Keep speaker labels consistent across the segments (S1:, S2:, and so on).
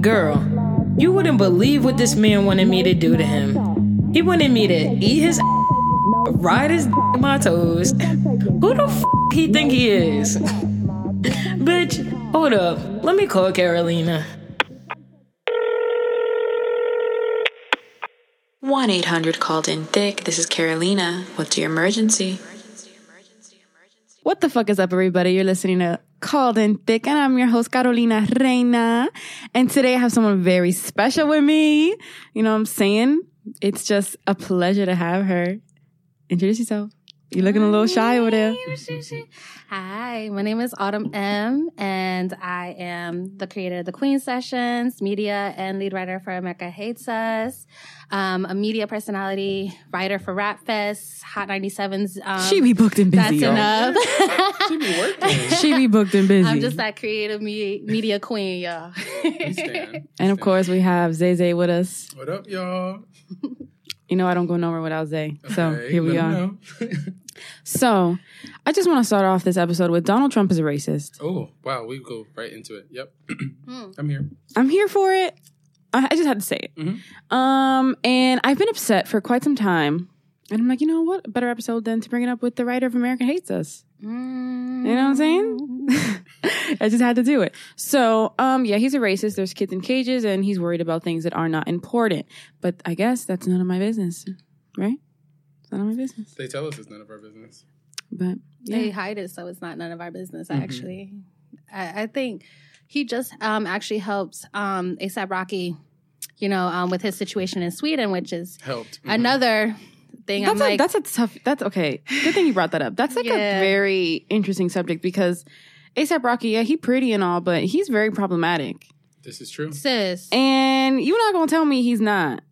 S1: Girl, you wouldn't believe what this man wanted me to do to him. He wanted me to eat his ride his on my toes. Who the f he think he is? Bitch, hold up. Let me call Carolina.
S2: 1 800 called in thick. This is Carolina. What's your emergency?
S3: What the fuck is up, everybody? You're listening to Called in Thick, and I'm your host, Carolina Reina. And today I have someone very special with me. You know what I'm saying? It's just a pleasure to have her. Introduce yourself. You're looking a little shy over there.
S4: Hi, my name is Autumn M, and I am the creator of the Queen Sessions, media and lead writer for America Hates Us, um, a media personality, writer for Rap Fest, Hot 97's. Um,
S3: She be booked and
S4: that's
S3: busy. y'all.
S4: enough.
S5: She be working.
S3: She be booked and busy.
S4: I'm just that creative me- media queen, y'all.
S5: We stand.
S3: and of course, we have Zay Zay with us.
S5: What up, y'all?
S3: You know, I don't go nowhere without Zay. So
S5: Okay,
S3: here we
S5: let
S3: are.
S5: 'em know.
S3: So I just want to start off this episode with Donald Trump is a racist.
S5: oh, wow. We go right into it. Yep.
S4: Hmm.
S5: I'm here.
S3: I'm here for it. I I just had to say it.
S5: Mhm.
S3: Um, and I've been upset for quite some time. And I'm like, you know what? A better episode than to bring it up with the writer of America Hates Us. You know what I'm saying? I just had to do it. So, um, yeah, he's a racist. There's kids in cages, and he's worried about things that are not important. But I guess that's none of my business, right? It's none of my business.
S5: They tell us it's none of our business.
S3: But yeah, Mm-hmm.
S4: They hide it, so it's not none of our business.
S5: Mhm.
S4: Actually, I, I think he just um, actually helped um, ASAP Rocky, you know, um, with his situation in Sweden, which is
S5: Helped. Mhm.
S4: another thing.
S3: Mm-hmm. that's
S4: I'm
S3: a
S4: like,
S3: that's a tough. That's okay. Good thing you brought that up. That's like
S4: Yeah.
S3: a very interesting subject because ASAP Rocky, yeah, he pretty and all, but he's very problematic.
S5: This is true.
S4: sis,
S3: And you're not gonna tell me he's not.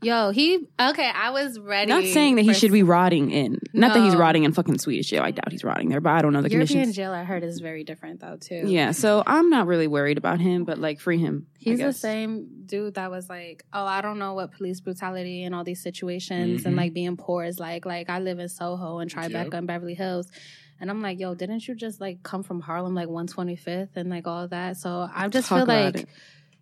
S4: yo, he okay. I was ready.
S3: Not saying that he
S4: for-
S3: should be rotting in. Not that he's
S4: No.
S3: rotting in fucking Swedish jail. I doubt he's rotting there, but I don't know the
S4: European
S3: conditions.
S4: jail. I heard is very different though too.
S3: Yeah, so I'm not really worried about him, but like free him. I
S4: He's the
S3: guess.
S4: same dude that was like, "Oh, I don't know what police brutality and all these situations
S3: Mm-hmm.
S4: and
S5: Mhm.
S4: like being poor is like." Like I live in Soho and Tribeca
S5: Yep.
S4: and Beverly Hills, and I'm like, "Yo, didn't you just like come from Harlem, like 125th and like all that?" So I just
S3: Talk
S4: feel
S3: about
S4: like
S3: it.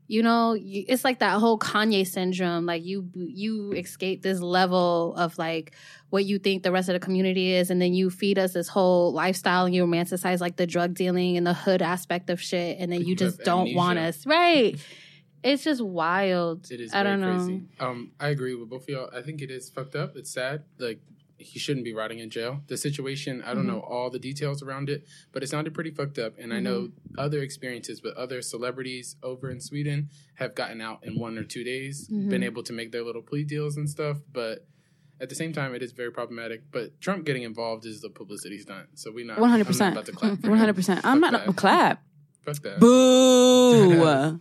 S4: you know, you, it's like that whole Kanye syndrome. Like you, you escape this level of like what you think the rest of the community is, and then you feed us this whole lifestyle, and you romanticize like the drug dealing and the hood aspect of shit, and then you
S5: You
S4: just
S5: have
S4: don't want
S5: amnesia.
S4: us, right? It's just wild.
S5: It is
S4: I
S5: very
S4: don't know.
S5: crazy. Um, I agree with both of y'all. I think it is fucked up. It's sad. Like he shouldn't be rotting in jail. The situation, I don't know all the details around it, but it sounded pretty fucked up. And I know other experiences with other celebrities over in Sweden have gotten out in one or two days, been
S4: Mhm.
S5: able to make their little plea deals and stuff, but at the same time, it is very problematic. But Trump getting involved is the publicity stunt, so we not I'm not
S3: 100%.
S5: about to clap. for him.
S3: 100%. I'm
S5: Fuck
S3: not a
S5: that.
S3: clap.
S5: Fuck that.
S3: Boo.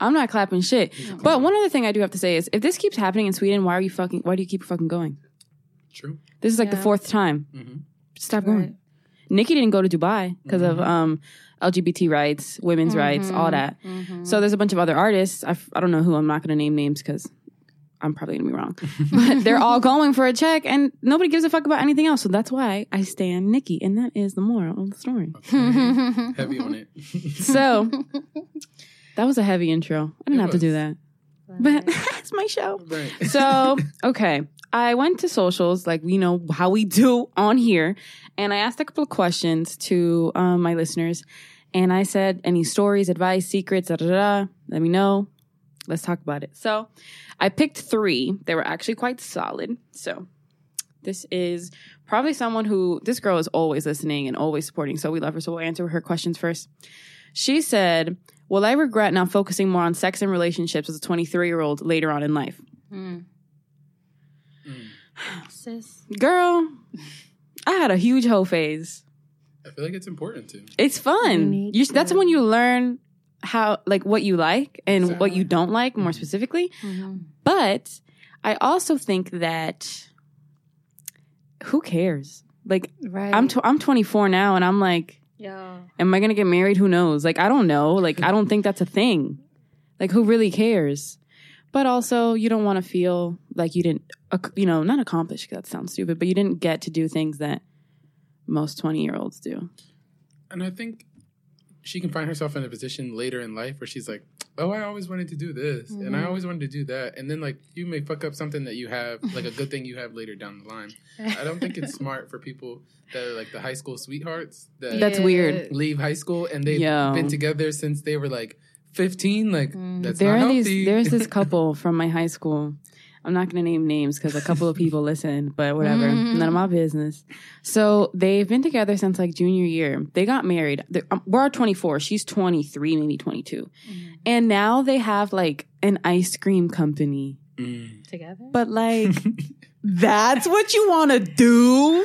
S3: I'm not clapping shit.
S5: He's a
S3: But
S5: clown.
S3: one other thing I do have to say is if this keeps happening in Sweden, why are you fucking why do you keep fucking going?
S5: true.
S3: This is like the
S4: Yeah.
S3: fourth time.
S5: hmm
S3: Stop going.
S4: Right.
S3: Nikki didn't go to Dubai because of
S5: Mhm.
S3: um, LGBT rights, women's rights, all
S4: Mhm.
S3: that.
S4: Mhm.
S3: So there's a bunch of other artists. I, f- I don't know who. I'm not going to name names because I'm probably going to be wrong. but they're all going for a check, and nobody gives a fuck about anything else. So that's why I stand Nikki, and that is the moral of the story.
S5: Mm-hmm. Okay. Heavy on it.
S3: So that was a heavy intro. I didn't
S5: It
S3: have to do
S5: was.
S3: that, but it's my show.
S5: right.
S3: So, okay. I went to socials, like we know how we do on here, and I asked a couple of questions to um, my listeners. And I said, any stories, advice, secrets, da da da, let me know. Let's talk about it. So, I picked three. They were actually quite solid. So, this is probably someone who this girl is always listening and always supporting. So, we love her. So, we'll answer her questions first. She said, Will I regret not focusing more on sex and relationships as a 23 year old later on in life?
S4: Mm.
S5: Mm.
S4: Sis.
S3: Girl, I had a huge hoe phase.
S5: I feel like it's important to.
S3: It's fun.
S4: Me
S3: You, that's
S4: too.
S3: when you learn how, like, what you like and what you
S5: Exactly.
S3: don't like more
S5: Mhm.
S3: specifically.
S4: Mhm.
S3: But I also think that who cares? Like,
S4: Right.
S3: I'm tw- I'm 24 now, and I'm like,
S4: Yo.
S3: am I gonna get married? Who knows? Like, I don't know. Like, I don't think that's a thing. Like, who really cares? But also, you don't want to feel like you didn't, ac- you know, not accomplish. 'cause that sounds stupid, but you didn't get to do things that most 20 year olds do.
S5: And I think she can find herself in a position later in life where she's like, "Oh, I always wanted to do this, and
S3: Mm-hmm.
S5: I always wanted to do that," and then like you may fuck up something that you have, like a good thing you have later down the line. I don't think it's smart for people that are like the high school sweethearts that
S3: That's weird.
S5: leave high school and they've
S3: Yo.
S5: been together since they were like 15. Like that's
S3: there
S5: not
S3: are
S5: healthy.
S3: Mm. these. There's this couple from my high school. I'm not going to name names because a couple of people listen, but whatever,
S5: Mm-hmm.
S3: none of my business. So they've been together since like junior year. They got married. They're- um, We're all 24. She's 23, maybe 22,
S5: Mm-hmm.
S3: and now they have like an ice cream company.
S5: Mm.
S4: Together?
S3: But like, that's what you want to do.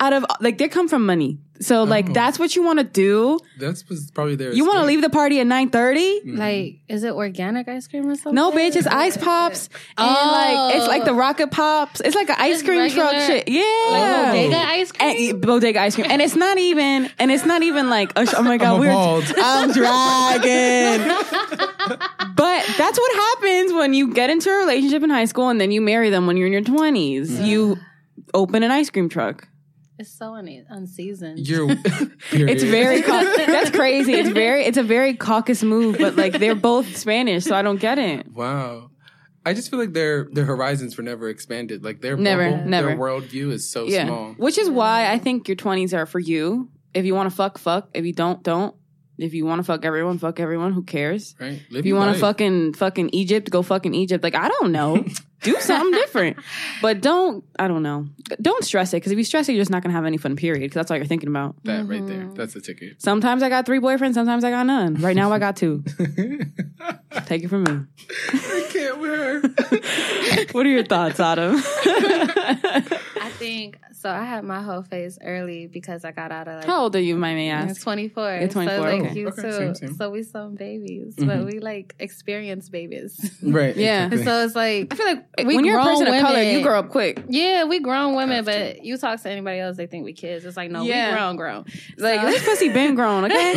S3: Out of like, they come from money, so like,
S5: Oh.
S3: that's what you want to do.
S5: That's was probably their.
S3: You want to
S5: escape.
S3: leave the party at 9:30.
S5: Mhm.
S4: Like, is it organic ice cream or something?
S3: No, bitch, it's ice pops. And like it's like the rocket pops. It's like an ice
S4: Just
S3: cream truck
S4: regular-
S3: shit. Yeah.
S4: Like bodega ice
S3: And- e,
S4: cream.
S3: bodega ice cream. And it's not even and it's not even like a, sh- oh my god,
S5: I'm
S3: we're
S5: appalled.
S3: I'm dragging. but that's what happens when you get into a relationship in high school and then you marry them when you're in your 20s. You open an ice cream truck.
S4: It's so un- unseasoned.
S5: You're.
S3: It's very cau- that's crazy. It's very it's a very caucus move, but like they're both Spanish, so I don't get it.
S5: Wow. I just feel like their their horizons were never expanded. Like their
S3: Never,
S5: bubble,
S3: never.
S5: their worldview is so small.
S3: Which is why I think your 20s are for you. If you want to fuck, fuck. If you don't, don't. If you want to fuck everyone, fuck everyone. Who cares?
S5: Right?
S3: If you want to fucking fucking Egypt, go fucking Egypt. Like I don't know, do something different. But don't I don't know. Don't stress it because if you stress it, you're just not gonna have any fun. Period. Because that's all you're thinking about.
S5: that right there, that's the ticket.
S3: Sometimes I got three boyfriends. Sometimes I got none. Right now I got two. Take it from me.
S5: Can't wear.
S3: What are your thoughts, Autumn?
S4: I think so. I had my whole phase early because I got out of like
S3: How old are you, my may I ask?
S4: 24.
S3: You're 24,
S4: So like
S3: okay.
S4: you
S5: Okay,
S4: too.
S5: same, same.
S4: So we some babies, but we like experienced babies.
S5: right.
S3: Yeah.
S5: exactly.
S4: so it's like
S3: I feel like
S4: We
S3: when you're a
S4: grown
S3: person of color,
S4: women.
S3: you grow up quick.
S4: yeah, we grown women, but you talk to anybody else, they think we kids. It's like no,
S3: Yeah.
S4: we grown, grown.
S3: Like
S4: So-
S3: this pussy been grown, okay?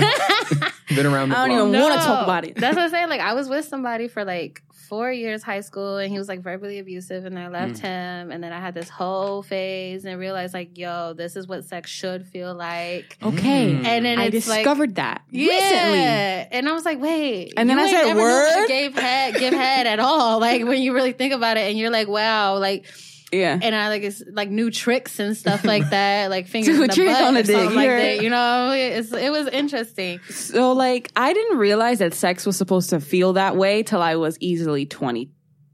S5: Been around the
S3: I don't
S5: block.
S3: even
S4: No.
S3: want to talk about it.
S4: That's what I'm saying. Like I was with somebody for like four years high school, and he was like verbally abusive, and I left him, and then I had this whole phase and realized like, yo, this is what sex should feel like.
S3: okay.
S5: Mm.
S4: And then
S3: I
S4: it's like-
S3: discovered that recently.
S4: Yeah. And I was like, wait.
S3: And then
S4: you
S3: I
S4: ain't
S3: said,
S4: never knew what
S3: "Word?"
S4: Gave head, give head at all. Like when you really think about it, and you're like, wow. Like,
S3: Yeah.
S4: and I like it's like new tricks and stuff like that, like fingers in the
S3: trick
S4: butt
S3: on a
S4: or something
S3: dick,
S4: Like
S3: you're-
S4: that, you know, it's, it was interesting.
S3: So like I didn't realize that sex was supposed to feel that way till I was easily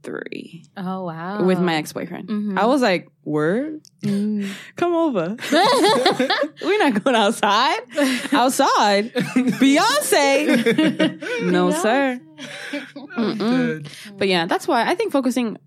S3: 23
S4: Oh wow.
S3: with my ex-boyfriend.
S4: Mhm.
S3: I was like, "Word? Mm. Come over. We're not going outside. Outside. Beyonce. no, sir. Mm-mm.
S5: Good.
S3: But yeah, that's why I think focusing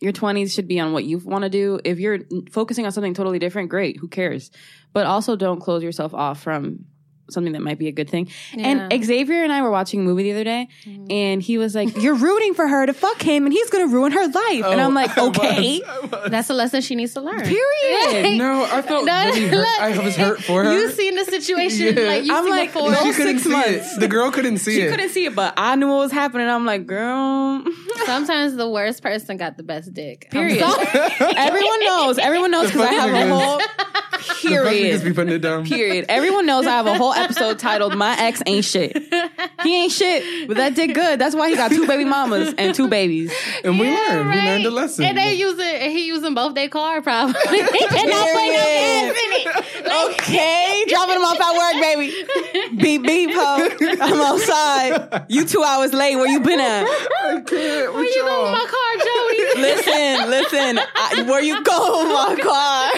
S3: your 20s should be on what you want to do. If you're focusing on something totally different, great, who cares? But also don't close yourself off from something that might be a good thing.
S4: Yeah.
S3: And Xavier and I were watching a movie the other day and he was like, "You're rooting for her to fuck him and he's going to ruin her life." and I'm like,
S5: Oh, I was,
S3: "Okay."
S5: I was.
S4: That's a lesson she needs to learn.
S3: Period.
S5: No, Oh, I felt
S4: No,
S5: really hurt.
S4: look.
S5: I was hurt for her.
S4: You've seen the situation
S5: Yeah.
S4: like you've
S3: I'm
S4: seen
S3: like,
S4: before.
S3: no.
S5: she couldn't
S3: six
S5: see
S3: months.
S5: it. The girl couldn't see
S3: She
S5: it.
S3: couldn't see it, but I knew what was happening. I'm like, "Girl,
S4: Sometimes the worst person got the best dick. I'm
S3: period."
S4: sorry.
S3: Everyone knows. Everyone knows because I
S5: funny
S3: have a
S5: thing is-
S3: whole
S5: The fuck niggas
S3: period.
S5: be putting it down.
S3: Period. Everyone knows I have a whole episode titled "My Ex Ain't Shit." He ain't shit, but that did good. That's why he got two baby mamas and two babies.
S5: And we
S4: Yeah,
S5: learned. We learned a
S4: right.
S5: lesson.
S4: And they using and he using both their car probably. and not putting no
S3: Period.
S4: gas in it.
S3: Okay, dropping them off at work, baby. Beep beep, ho. I'm outside. You two hours late. Where you been at?
S5: I can't with
S4: Where you
S5: y'all.
S4: going with my car, Jody?
S3: Listen, listen. I, where you going, my car?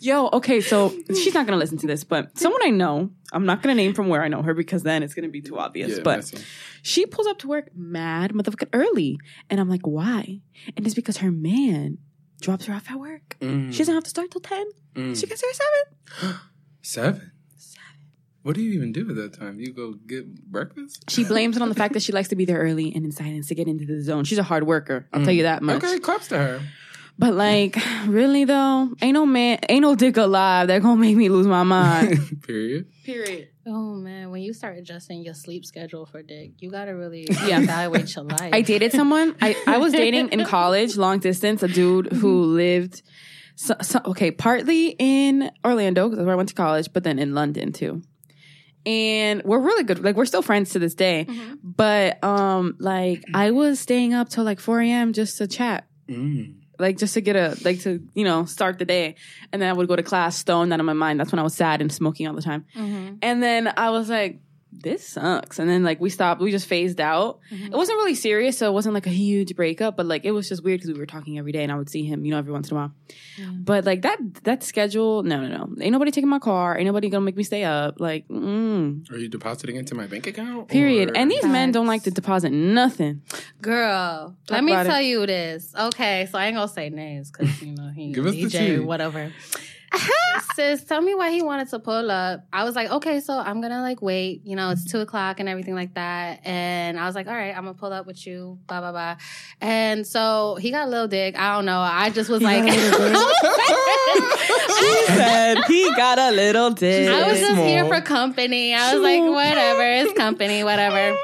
S3: Yo, okay, so she's not gonna listen to this, but someone I know, I'm not gonna name from where I know her because then it's gonna be too obvious.
S5: Yeah,
S3: but
S5: messy.
S3: She pulls up to work mad motherfucking early. And I'm like, why? And it's because her man drops her off at work.
S5: Mm.
S3: She doesn't have to start till 10.
S5: Mm.
S3: She gets there at 7.
S5: Seven. Seven. What do you even do at that time? You go get breakfast?
S3: She blames it on the fact that she likes to be there early and in silence to get into the zone. She's a hard worker. I'll tell you that much.
S5: Mm. Okay, claps to her.
S3: But like, really though, ain't no man, ain't no dick alive that gonna make me lose my mind.
S5: Period.
S3: Period.
S4: Oh man, when you start adjusting your sleep schedule for dick, you gotta really
S3: Yeah.
S4: evaluate your life.
S3: I dated someone. I, I was dating in college, long distance, a dude who lived, so, so, okay, partly in Orlando, because that's where I went to college, but then in London too. and we're really good. Like we're still friends to this day.
S4: Mhm.
S3: But um, like I was staying up till like 4 a.m. just to chat.
S5: Mm.
S3: Like just to get a like to you know start the day, and then I would go to class stoned out of my mind. That's when I was sad and smoking all the time.
S4: Mhm.
S3: And then I was like, this sucks. And then like we stopped, we just phased out.
S4: Mhm.
S3: It wasn't really serious, so it wasn't like a huge breakup, but like it was just weird because we were talking every day and I would see him, you know, every once in a while. But like that that schedule, no, no, no. Ain't nobody taking my car. Ain't nobody gonna make me stay up. Like, mm.
S5: Are you depositing into my bank account?
S3: Period.
S5: or-
S3: And these men don't
S4: Facts.
S3: like to deposit nothing.
S4: Girl, let me
S3: about it.
S4: tell you this. Okay, so I ain't gonna say names because you know he
S5: Give us the
S4: DJ
S5: tea.
S4: whatever. Sis, tell me why he wanted to pull up. I was like, okay, so I'm gonna like wait. You know, it's two o'clock and everything like that. And I was like, all right, I'm gonna pull up with you. Blah blah blah. And so he got a little dick. I don't know. I just was like,
S3: He said he got a little dick.
S4: I was just
S5: Small.
S4: here for company. I was like,
S3: Small.
S4: whatever, it's company, whatever.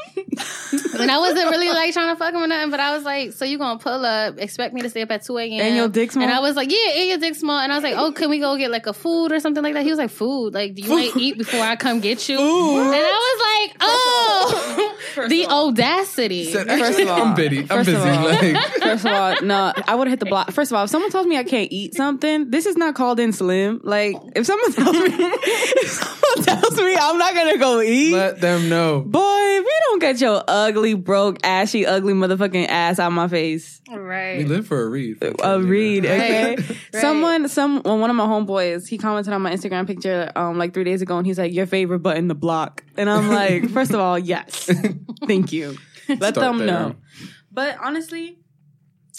S4: and I wasn't really like trying to fuck him or nothing, but I was like, so you gonna pull up, expect me to stay up at 2 a.m.
S3: And your dick small?
S4: And I was like, yeah, and your dick small. And I was like, oh, can we go get like a food or something like that? He was like, food. Like, do you want to eat before I come get you? And I was like, oh, the audacity.
S5: Said,
S3: First
S5: actually,
S3: of all-
S5: I'm busy. I'm
S3: first of
S5: busy.
S3: all-
S5: Like,
S3: First of all, no, I would have hit the block. First of all, if someone tells me I can't eat something, this is not called in slim. Like, if someone tells me, if someone tells me I'm not gonna go eat,
S5: let them know.
S3: boy, if you don't get your ugly, broke, ashy, ugly motherfucking ass out my face,
S5: We
S4: Right.
S5: live for a read.
S3: a read, okay?
S4: Right.
S3: Someone, some, well, one of my homeboys, he commented on my Instagram picture um like three days ago, and he's like, "Your favorite butt in the block," and I'm like, first of all, yes, thank you. Let them know. But honestly,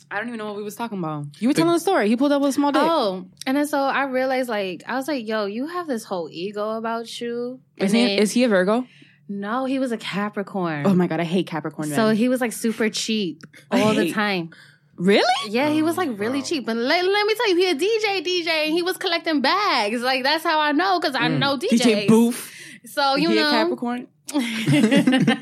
S3: I don't even know what we was talking about. You were telling a story. He pulled up with a small dick.
S4: Oh, and then so I realized, like, I was like, yo, you have this whole ego about you.
S3: is
S4: And
S3: he?
S4: then-
S3: Is he a Virgo?
S4: No, he was a Capricorn.
S3: Oh my god, I hate Capricorn men.
S4: so he was like super cheap
S3: I
S4: all the
S3: hate-
S4: time.
S3: really?
S4: Yeah, he was like really
S5: wow.
S4: cheap. But let, let me tell you, he a DJ DJ and he was collecting bags. Like that's how I know because
S3: Mm.
S4: I know DJs.
S3: DJ Booth.
S4: So you
S3: he a
S4: know,
S3: Capricorn.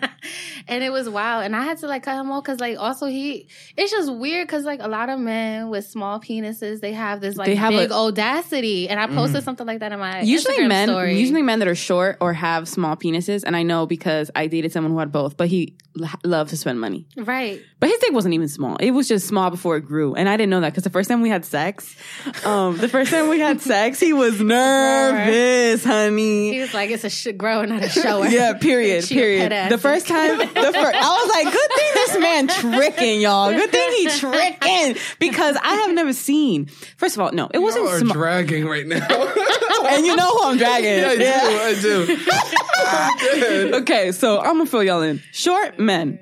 S4: and it was wild. And I had to like cut him off because like also he, it's just weird because like a lot of men with small penises they have this like
S3: They have
S4: big
S3: a- Mm.
S4: audacity. And I posted something like that in my
S3: Usually
S4: Instagram
S3: men,
S4: story.
S3: usually men that are short or have small penises, and I know because I dated someone who had both. But he l- loved to spend money.
S4: right.
S3: But his dick wasn't even small. It was just small before it grew, and I didn't know that because the first time we had sex, um, the first time we had sex, he was nervous, honey.
S4: He was like, it's a sh- grower, not a shower.
S3: Yeah, period,
S4: She a
S3: period.
S4: pet ass.
S3: The first time, the first, I was like, good thing this man tricking, y'all. Good thing he tricking because I have never seen. First of all, no, it
S5: You
S3: wasn't
S5: are
S3: small.
S5: dragging right now.
S3: and you know who I'm dragging.
S5: yeah, I do.
S3: Yeah.
S5: I do.
S3: Okay, so I'm gonna fill y'all in. Short men,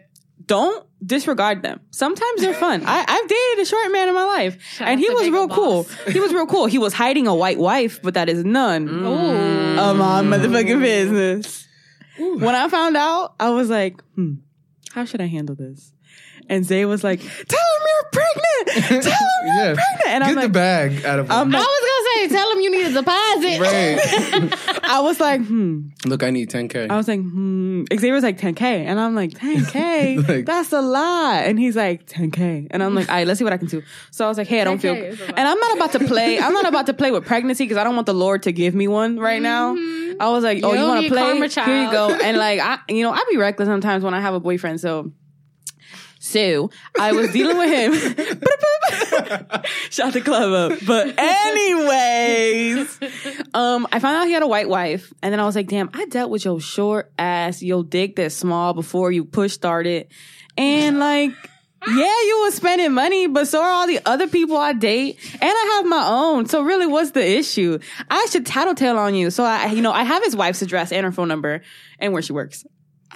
S3: don't disregard them. Sometimes they're fun. I, I've dated a short man in my life, and
S4: out
S3: he
S4: to
S3: was
S4: Big
S3: real
S4: Boss.
S3: cool. He was real cool. He was hiding a white wife, but that is none
S4: Ooh.
S3: of my motherfucking business. When I found out, I was like, hmm, how should I handle this? And Zay was like, tell him you're pregnant. Tell him you're
S5: Yeah.
S3: pregnant. And
S5: Get
S3: I'm
S5: the
S3: like,
S5: bag out of
S3: I'm
S5: him.
S3: like,
S4: I was gonna say, tell him you need a deposit.
S5: Right.
S3: I was like, hmm.
S5: Look, I need 10K.
S3: I was like, hmm. Xavier was like 10K. And I'm like, 10K?
S5: Like-
S3: that's a lot. And he's like, 10K. And I'm like, all right, let's see what I can do. So I was like, hey, I don't feel
S4: 10K is
S3: good.
S4: a lot.
S3: And I'm not about to play. I'm not about to play with pregnancy because I don't want the Lord to give me one right
S4: Mm-hmm.
S3: now. I was like, oh, you,
S4: You'll
S3: want
S4: be
S3: to
S4: a
S3: play?
S4: karma
S3: Here you
S4: child.
S3: go. And like, I, you know, I be reckless sometimes when I have a boyfriend. So. So I was dealing with him. Shot the club up. But anyways, um, I found out he had a white wife, and then I was like, damn, I dealt with your short ass, your dick that's small before you push started. And like, yeah, you were spending money, but so are all the other people I date, and I have my own. So really, what's the issue? I should tattletale on you. So I, you know, I have his wife's address and her phone number and where she works.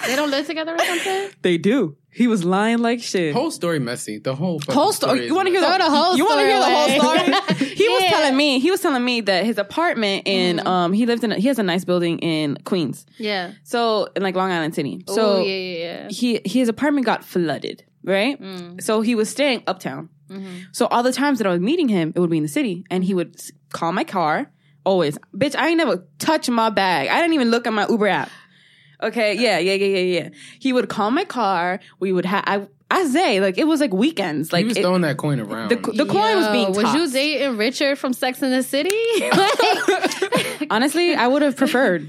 S4: They don't live together or something?
S3: They do. He was lying like shit.
S5: whole story messy. The whole fucking
S3: whole story. You want to hear the,
S4: Throw the whole
S3: You want to
S4: story
S3: hear the
S4: away.
S3: whole story? He was
S4: Yeah.
S3: telling me. He was telling me that his apartment in um he lived in a, he has a nice building in Queens.
S4: Yeah.
S3: So in like Long Island City. So
S4: So, Oh, yeah, yeah, yeah.
S3: he his apartment got flooded, right? So he was staying uptown. So all the times that I was meeting him, it would be in the city, and he would s- call my car. Always, bitch, I ain't never touch my bag. I didn't even look at my Uber app. Okay, yeah, yeah, yeah, yeah, yeah. He would call my car. We would have. I, I say, like it was like weekends. Like
S5: he was
S3: it-
S5: throwing that coin around.
S3: the, the coin was
S4: Yo,
S3: being
S4: Was
S3: tossed.
S4: you dating Richard from Sex in the City? like,
S3: Honestly, I would have preferred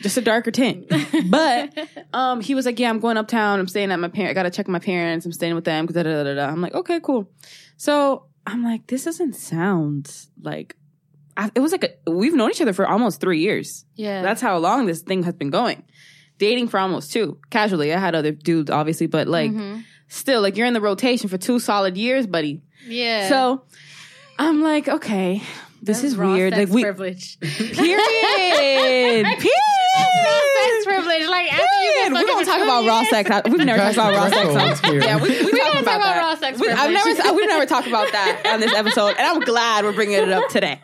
S3: just a darker tint. But um, he was like, "Yeah, I'm going uptown. I'm staying at my parent. I gotta check my parents. I'm staying with them." Da, da, da, da. I'm like, "Okay, cool." So I'm like, "This doesn't sound like." I, it was like a, we've known each other for almost three years.
S4: yeah.
S3: That's how long this thing has been going. Dating for almost two. Casually, I had other dudes, obviously, but like
S4: Mhm.
S3: still, like you're in the rotation for two solid years, buddy.
S4: yeah.
S3: So I'm like, okay, this
S4: That's
S3: is
S4: raw
S3: weird.
S4: Sex
S3: Like we
S4: privilege.
S3: period.
S4: sex
S3: period.
S4: privilege. Like after you
S3: Period. We're
S4: get fucking
S3: gonna
S4: for
S3: talk
S4: two
S3: about raw
S4: years.
S3: sex. I- We've never talked about raw sex. on- Yeah, we, we, talked
S4: gonna talk
S3: about,
S4: about
S3: that.
S4: raw sex
S3: We, I've
S4: privilege.
S3: never, we've never talked about that on this episode, and I'm glad we're bringing it up today.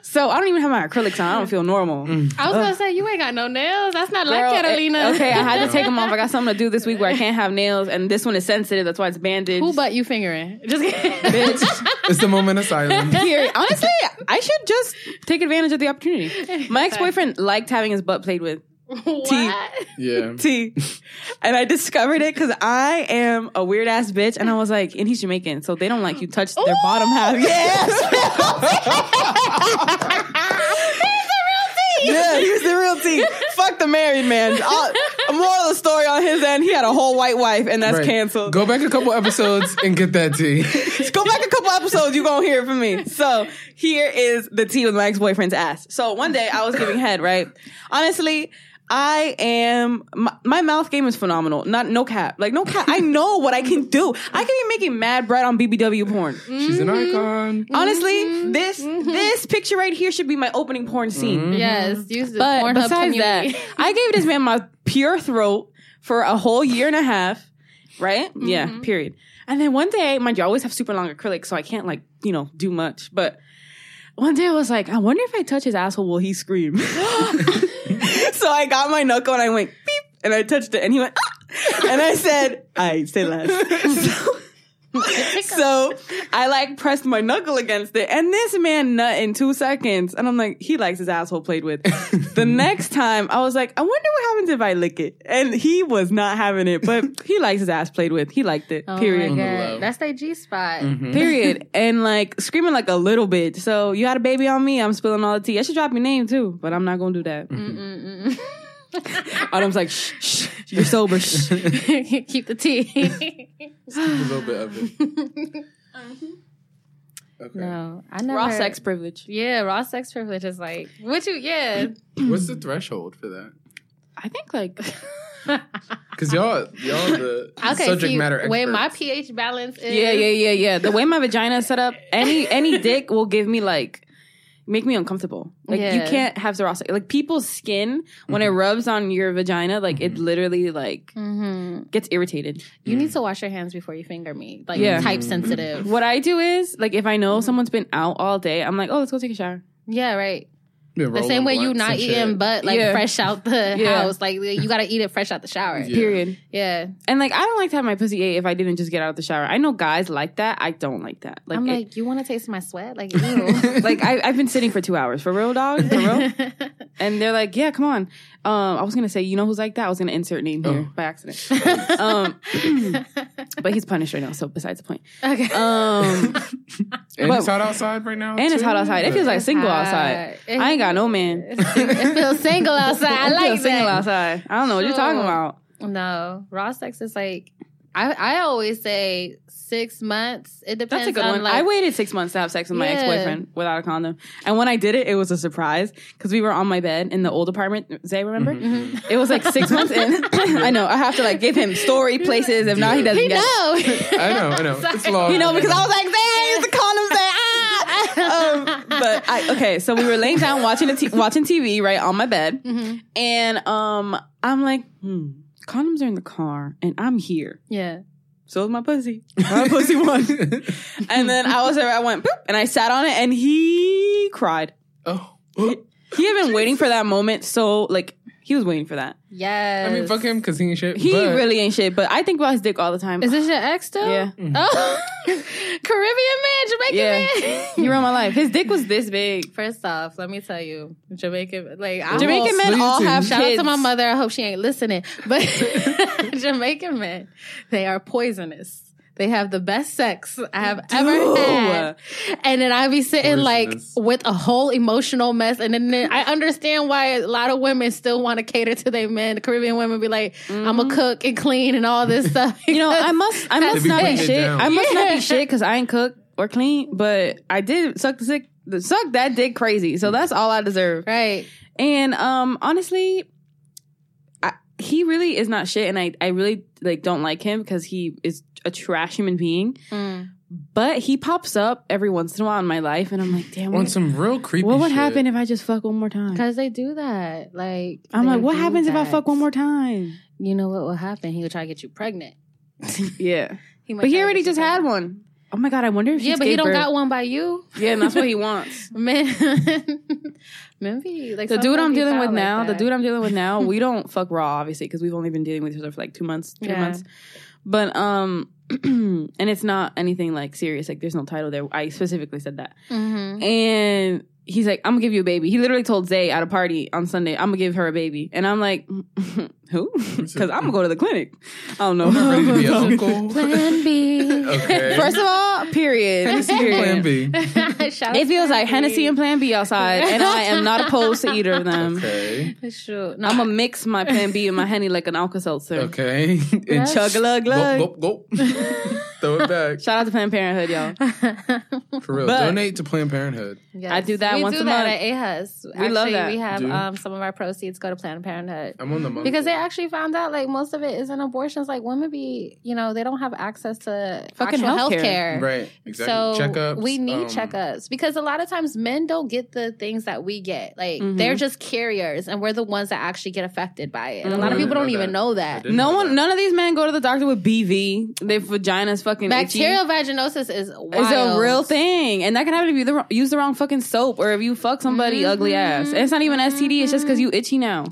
S3: So I don't even have my acrylics on. I don't feel normal.
S4: I was gonna say you ain't got no nails. That's not
S3: Girl,
S4: like
S3: it-
S4: Catalina.
S3: okay, I had to take them off. I got something to do this week where I can't have nails, and this one is sensitive. That's why it's bandaged.
S4: Who but you fingering? Just kidding.
S3: bitch?
S5: It's the moment of silence.
S3: Period. Honestly, I should just take advantage of the opportunity. My ex boyfriend liked having his butt played with.
S4: what?
S3: Mm-hmm.
S5: Yeah.
S3: T. And I discovered it because I am a weird ass bitch. And I was like, and he's Jamaican, so they don't like you touch their bottom half. Yes. Yeah, he was the real T. Fuck the married man. All, moral of the story on his end, he had a whole white wife, and that's
S5: Right.
S3: canceled.
S5: Go back a couple episodes and get that tea.
S3: Go back a couple episodes, you're gonna hear it from me. So here is the tea with my ex-boyfriend's ass. So one day I was giving head, right? Honestly, I am my, my mouth game is phenomenal. Not no cap. Like no cap. I know what I can do. I can be making mad bread on BBW porn.
S5: She's an icon.
S3: Honestly, this this picture right here should be my opening porn scene.
S4: Yes, use the
S3: But
S4: Pornhub
S3: besides
S4: community.
S3: that, I gave this man my pure throat for a whole year and a half, right? Yeah, period. And then one day, mind you, I always have super long acrylics, so I can't like, you know, do much. But one day I was like, I wonder if I touch his asshole, will he scream? so I got my knuckle and I went beep and I touched it and he went, ah! and I said, I say less. So- so I like pressed my knuckle against it, and this man nut in two seconds, and I'm like, he likes his asshole played with. the next time, I was like, I wonder what happens if I lick it, and he was not having it, but he likes his ass played with. He liked it.
S4: Oh
S3: period. Mm.
S4: my
S5: Hello.
S4: God. That's their G spot.
S3: Period. and like screaming like a little bit. So you had a baby on me. I'm spilling all the tea. I should drop your name too, but I'm not gonna do that.
S4: Mm.
S3: Autumn's like, shh, shh, you're sober. Shh.
S4: Keep the T.
S5: A little bit of it. Okay.
S4: no, I never.
S3: Raw sex privilege.
S4: Yeah, raw sex privilege is like what you. Yeah,
S5: What's the threshold for that?
S3: I think like
S5: Because y'all, y'all the
S4: okay.
S5: subject
S4: see,
S5: matter experts.
S4: Way my pH balance is.
S3: Yeah, yeah, yeah, yeah. The way my vagina is set up, any any dick will give me like make me uncomfortable. Like you
S4: Yeah. Mm-hmm.
S3: can't have the raw sex. Like people's skin when it rubs on your vagina, like it literally like
S4: hmm
S3: gets irritated.
S4: You need to wash your hands before you finger me. Like
S3: Yeah.
S4: type sensitive.
S3: What I do is like if I
S4: Mm-hmm.
S3: know someone's been out all day, I'm like, oh, let's go take a shower.
S4: Yeah, right.
S5: Yeah,
S4: The
S5: rolling
S4: same way you
S5: blunts
S4: not
S5: and
S4: eating
S5: shit.
S4: butt like
S3: Yeah.
S4: fresh out the
S3: Yeah.
S4: house. Like you gotta eat it fresh out the shower.
S5: Yeah.
S4: Yeah.
S3: Period. And like I don't like to have my pussy ate if I didn't just get out of the shower. I know guys like that. I don't like that. Like
S4: I'm
S3: it-
S4: like, you want to taste my sweat? Like, ew.
S3: like I, I've been sitting for two hours for real, dog. For real. And they're like, yeah, come on. Um, I was gonna say, you know who's like that? I was gonna insert name here
S5: Oh.
S3: by accident. um, but he's punished right now, so besides the point.
S4: okay.
S3: Um,
S5: And
S3: But-
S5: it's hot outside right now.
S3: and it's
S5: too?
S3: hot outside. It feels like single outside.
S4: hot.
S3: I ain't got no man.
S4: it feels single outside. I
S3: It
S4: like
S3: feels single
S4: that.
S3: outside. I don't know what you're talking
S4: Sure.
S3: about.
S4: No, raw sex is like I. I always say six months. It depends.
S3: That's a good
S4: on
S3: one.
S4: Like,
S3: I waited six months to have sex with my
S4: Yeah.
S3: ex-boyfriend without a condom, and when I did it, it was a surprise because we were on my bed in the old apartment. Zay, remember?
S4: Mm-hmm.
S3: It was like six months in. I know I have to like give him story places. If not, he doesn't
S4: He
S3: get. it.
S4: know.
S5: I know, I know. It's long.
S3: You know, because I was like, "Dang, the condoms there."
S5: Oh.
S3: Ah! Um, but I okay, so we were laying down watching a t- watching TV right on my bed,
S4: Mm-hmm.
S3: and um, I'm like, hmm, condoms are in the car, and I'm here.
S4: yeah.
S3: So is my pussy. My pussy won. And then I was there. I went boop, and I sat on it, and he cried.
S5: oh.
S3: He had been waiting for that moment, so like he was waiting for that.
S4: Yes.
S5: I mean, fuck him because he ain't shit.
S3: He
S5: but-
S3: really ain't shit, but I think about his dick all the time.
S4: Is this your ex still?
S3: Yeah.
S5: Mm-hmm.
S4: Oh, Caribbean man, Jamaican
S3: yeah,
S4: man.
S3: you ruined my life. His dick was this big.
S4: First off, let me tell you, Jamaican like I'm
S3: Jamaican
S4: all-
S5: What
S3: men
S5: do you
S3: all
S5: think?
S3: have
S4: Shout
S3: kids.
S4: out to my mother. I hope she ain't listening. But Jamaican men, they are poisonous. They have the best sex I have ever had. And then I be sitting like
S5: Foolishness.
S4: with a whole emotional mess. And then, then I understand why a lot of women still want to cater to their men. The Caribbean women be like, I'm a cook and clean and all this stuff.
S3: Mm-hmm. You know, I must, I must
S5: be
S3: not be
S5: putting it
S3: shit.
S5: down.
S3: I must not
S4: Yeah.
S3: be shit because I ain't cook or clean, but I did suck the sick, suck that dick crazy. So that's all I deserve.
S4: right.
S3: And um, honestly, I, he really is not shit, and I, I really like don't like him because he is a trash human being.
S4: Mm.
S3: But he pops up every once in a while in my life, and I'm like, damn,
S5: On
S3: what,
S5: some real creepy.
S3: what would
S5: shit.
S3: happen if I just fuck one more time?
S4: Because they do that. Like,
S3: I'm
S4: they
S3: like, what
S4: do
S3: happens if I
S4: that.
S3: fuck one more time?
S4: You know what will happen? He will try to get you pregnant.
S3: Yeah,
S4: He might
S3: but he
S4: try to
S3: already
S4: get you
S3: just had
S4: pregnant.
S3: one. Oh my god, I wonder if
S4: Yeah,
S3: she's
S4: but he don't
S3: gay
S4: got
S3: birth.
S4: one by you.
S3: Yeah, and that's what he wants.
S4: Man, maybe like
S3: The dude I'm
S4: sometimes he
S3: dealing
S4: sound
S3: with
S4: like
S3: now, the
S4: that.
S3: dude I'm dealing with now, we don't fuck raw, obviously, because we've only been dealing with each other for like two months, three
S4: Yeah.
S3: months. But um, and it's not anything like serious. Like there's no title there. I specifically said that. Mm-hmm.
S4: Mhm.
S3: And he's like, "I'm gonna give you a baby." He literally told Zay at a party on Sunday, "I'm gonna give her a baby," and I'm like, "Who?" Because I'm gonna go to the clinic. I don't know.
S5: I'm not ready to be a uncle.
S4: Plan B.
S5: okay.
S3: First of all, period.
S5: Plan
S3: Period.
S5: B.
S4: Shout
S3: It feels
S4: out
S3: like
S4: to
S3: Hennessy and Plan B outside, and I am not opposed to either of them.
S5: Okay.
S4: Shoot. No,
S3: I'm gonna mix my Plan B and my Henny like an Alka Seltzer.
S5: Okay. And
S4: Yes.
S3: Chug a lug lug.
S5: Go, go, go. Throw it back.
S3: Shout out to Planned Parenthood, y'all.
S5: For real.
S3: But-
S5: Donate to Planned Parenthood.
S4: Yes.
S3: I do that
S4: we
S3: once
S4: do
S3: a
S4: that
S3: month.
S4: at AHUS. We
S3: love that.
S4: We have
S5: Do.
S4: um, some of our proceeds go to Planned Parenthood.
S5: I'm on the month.
S4: Because they actually found out like most of it is in abortions. Like women be, you know, they don't have access to
S3: Fucking
S4: actual health
S3: healthcare.
S4: care.
S5: Right. Exactly.
S4: So
S5: checkups.
S4: we need
S5: um,
S4: checkups because a lot of times men don't get the things that we get. Like
S3: Mhm.
S4: they're just carriers, and we're the ones that actually get affected by it. And
S3: Mhm.
S4: a lot
S3: I
S4: of people
S5: didn't
S4: don't
S5: know
S4: even
S5: that.
S4: know
S5: I
S4: that.
S5: didn't
S3: No
S5: know
S3: one,
S5: that.
S3: none of these men go to the doctor with BV. Their vagina's fucking
S4: Bacterial vaginosis is
S3: itchy.
S4: wild.
S3: It's a real thing, and that can happen if you the, wrong- use the wrong fucking soap or if you fuck somebody
S4: Mm-hmm.
S3: ugly ass. And it's not even STD. It's just because you itchy now.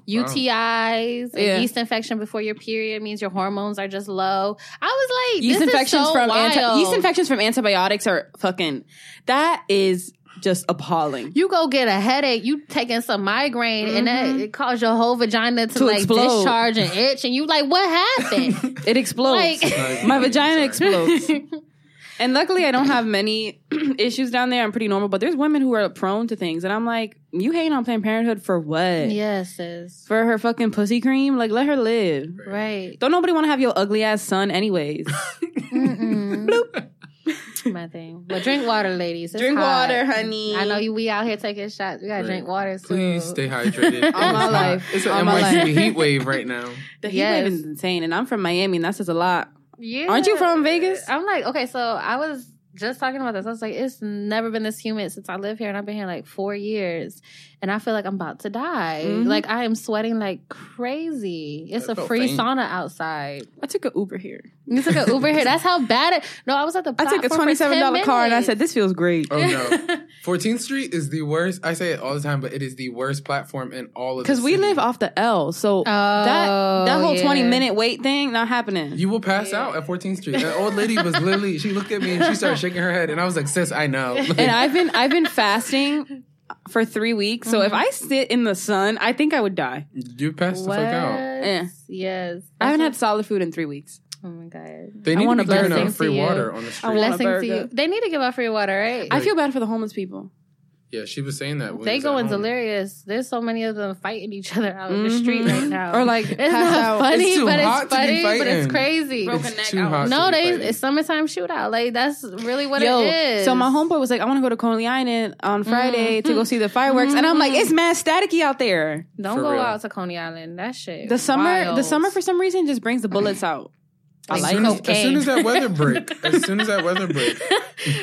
S4: UTIs, and
S3: Yeah.
S4: yeast infection before your period means your hormones are just low. I was like,
S3: Yeast
S4: this
S3: infections
S4: is so
S3: from
S4: wild.
S3: anti- yeast infections from antibiotics are fucking. That is just appalling.
S4: You go get a headache, you taking some migraine, and that it caused your whole vagina to,
S3: Mm-hmm. To
S4: like
S3: explode.
S4: discharge and itch, and you like, what happened?
S3: It explodes.
S4: Like-
S5: Not even
S3: My
S5: kidding,
S3: vagina
S5: sorry.
S3: explodes. and luckily, I don't have many issues down there. I'm pretty normal, but there's women who are prone to things. And I'm like, you hating on Planned Parenthood for what?
S4: yes, sis.
S3: For her fucking pussy cream? Like, let her live.
S4: Right.
S3: Don't nobody want to have your ugly ass son, anyways.
S4: Mm-mm. My thing. But drink water, ladies. It's
S3: Drink
S4: hot.
S3: water, honey.
S4: I know you. We out here taking shots. We gotta
S5: Right.
S4: drink water. So.
S5: Please stay hydrated.
S3: All my
S5: It's
S3: life.
S5: hot. It's an
S3: All my
S5: NYC
S3: life.
S5: heat wave right now.
S3: The heat
S4: Yes.
S3: wave is insane, and I'm from Miami, and that says a lot.
S4: Yeah.
S3: Aren't you from Vegas?
S4: I'm like, okay. So I was just talking about this. I was like, it's never been this humid since I live here, and I've been here like four years, and I feel like I'm about to die.
S3: Mhm.
S4: Like I am sweating like crazy. It's
S5: I
S4: a
S5: felt
S4: free
S5: faint.
S4: sauna outside.
S3: I took an Uber here.
S4: You took an Uber here. That's how bad it. No, I was at the.
S3: I took a
S4: platform for 10
S3: twenty-seven dollar car, and I
S4: minutes.
S3: said, "This feels great."
S5: Oh no. 14th Street is the worst. I say it all the time, but it is the worst platform in all of
S3: Because
S5: the
S3: we
S5: city.
S3: live off the L, so
S4: Oh,
S3: that that whole
S4: yeah.
S3: twenty-minute wait thing not happening.
S5: You will pass out at 14th Street. That old lady was literally, she looked at me and she started shaking her head. And I was like, sis, I know.
S3: and I've been I've been fasting for three weeks. So if
S4: Mm-hmm.
S3: I sit in the sun, I think I would die.
S5: you passed the fuck out.
S3: Yeah.
S4: Yes.
S3: I haven't had solid food in three weeks.
S4: Oh my god.
S5: They need
S3: want
S5: to
S3: a
S5: be giving
S3: blessing
S5: out free
S4: to you.
S5: water on the
S3: I
S5: street.
S3: want-
S4: Blessing to
S3: burger.
S4: you. They need to give out free water, right?
S3: I feel bad for the homeless people.
S5: Yeah, she was saying that. when we
S4: they
S5: was at
S4: going
S5: home.
S4: delirious. There's so many of them fighting each other out in the street
S3: Mhm.
S4: right now.
S3: Or like
S4: Oh.
S3: pass
S4: it's not
S3: out.
S4: funny,
S5: It's too
S4: but
S5: hot
S4: it's
S5: to be
S4: funny, but it's
S5: fighting.
S4: crazy.
S3: Broken
S5: It's
S3: neck
S5: too
S3: out.
S5: hot
S4: no,
S5: to be
S4: they
S5: fighting.
S4: it's summertime shootout. Like that's really what
S3: Yo,
S4: it is. Mm-hmm.
S3: so my homeboy was like, I want to go to Coney Island on Friday to go see the fireworks, and I'm like, it's mad staticky out there.
S4: don't
S5: For
S4: go
S5: real.
S4: out to Coney Island. That shit.
S3: The summer,
S4: wild.
S3: the summer for some reason just brings the bullets out. I
S5: as
S3: like
S5: soon as, as
S4: cocaine.
S5: soon as that weather break, as soon as that weather break,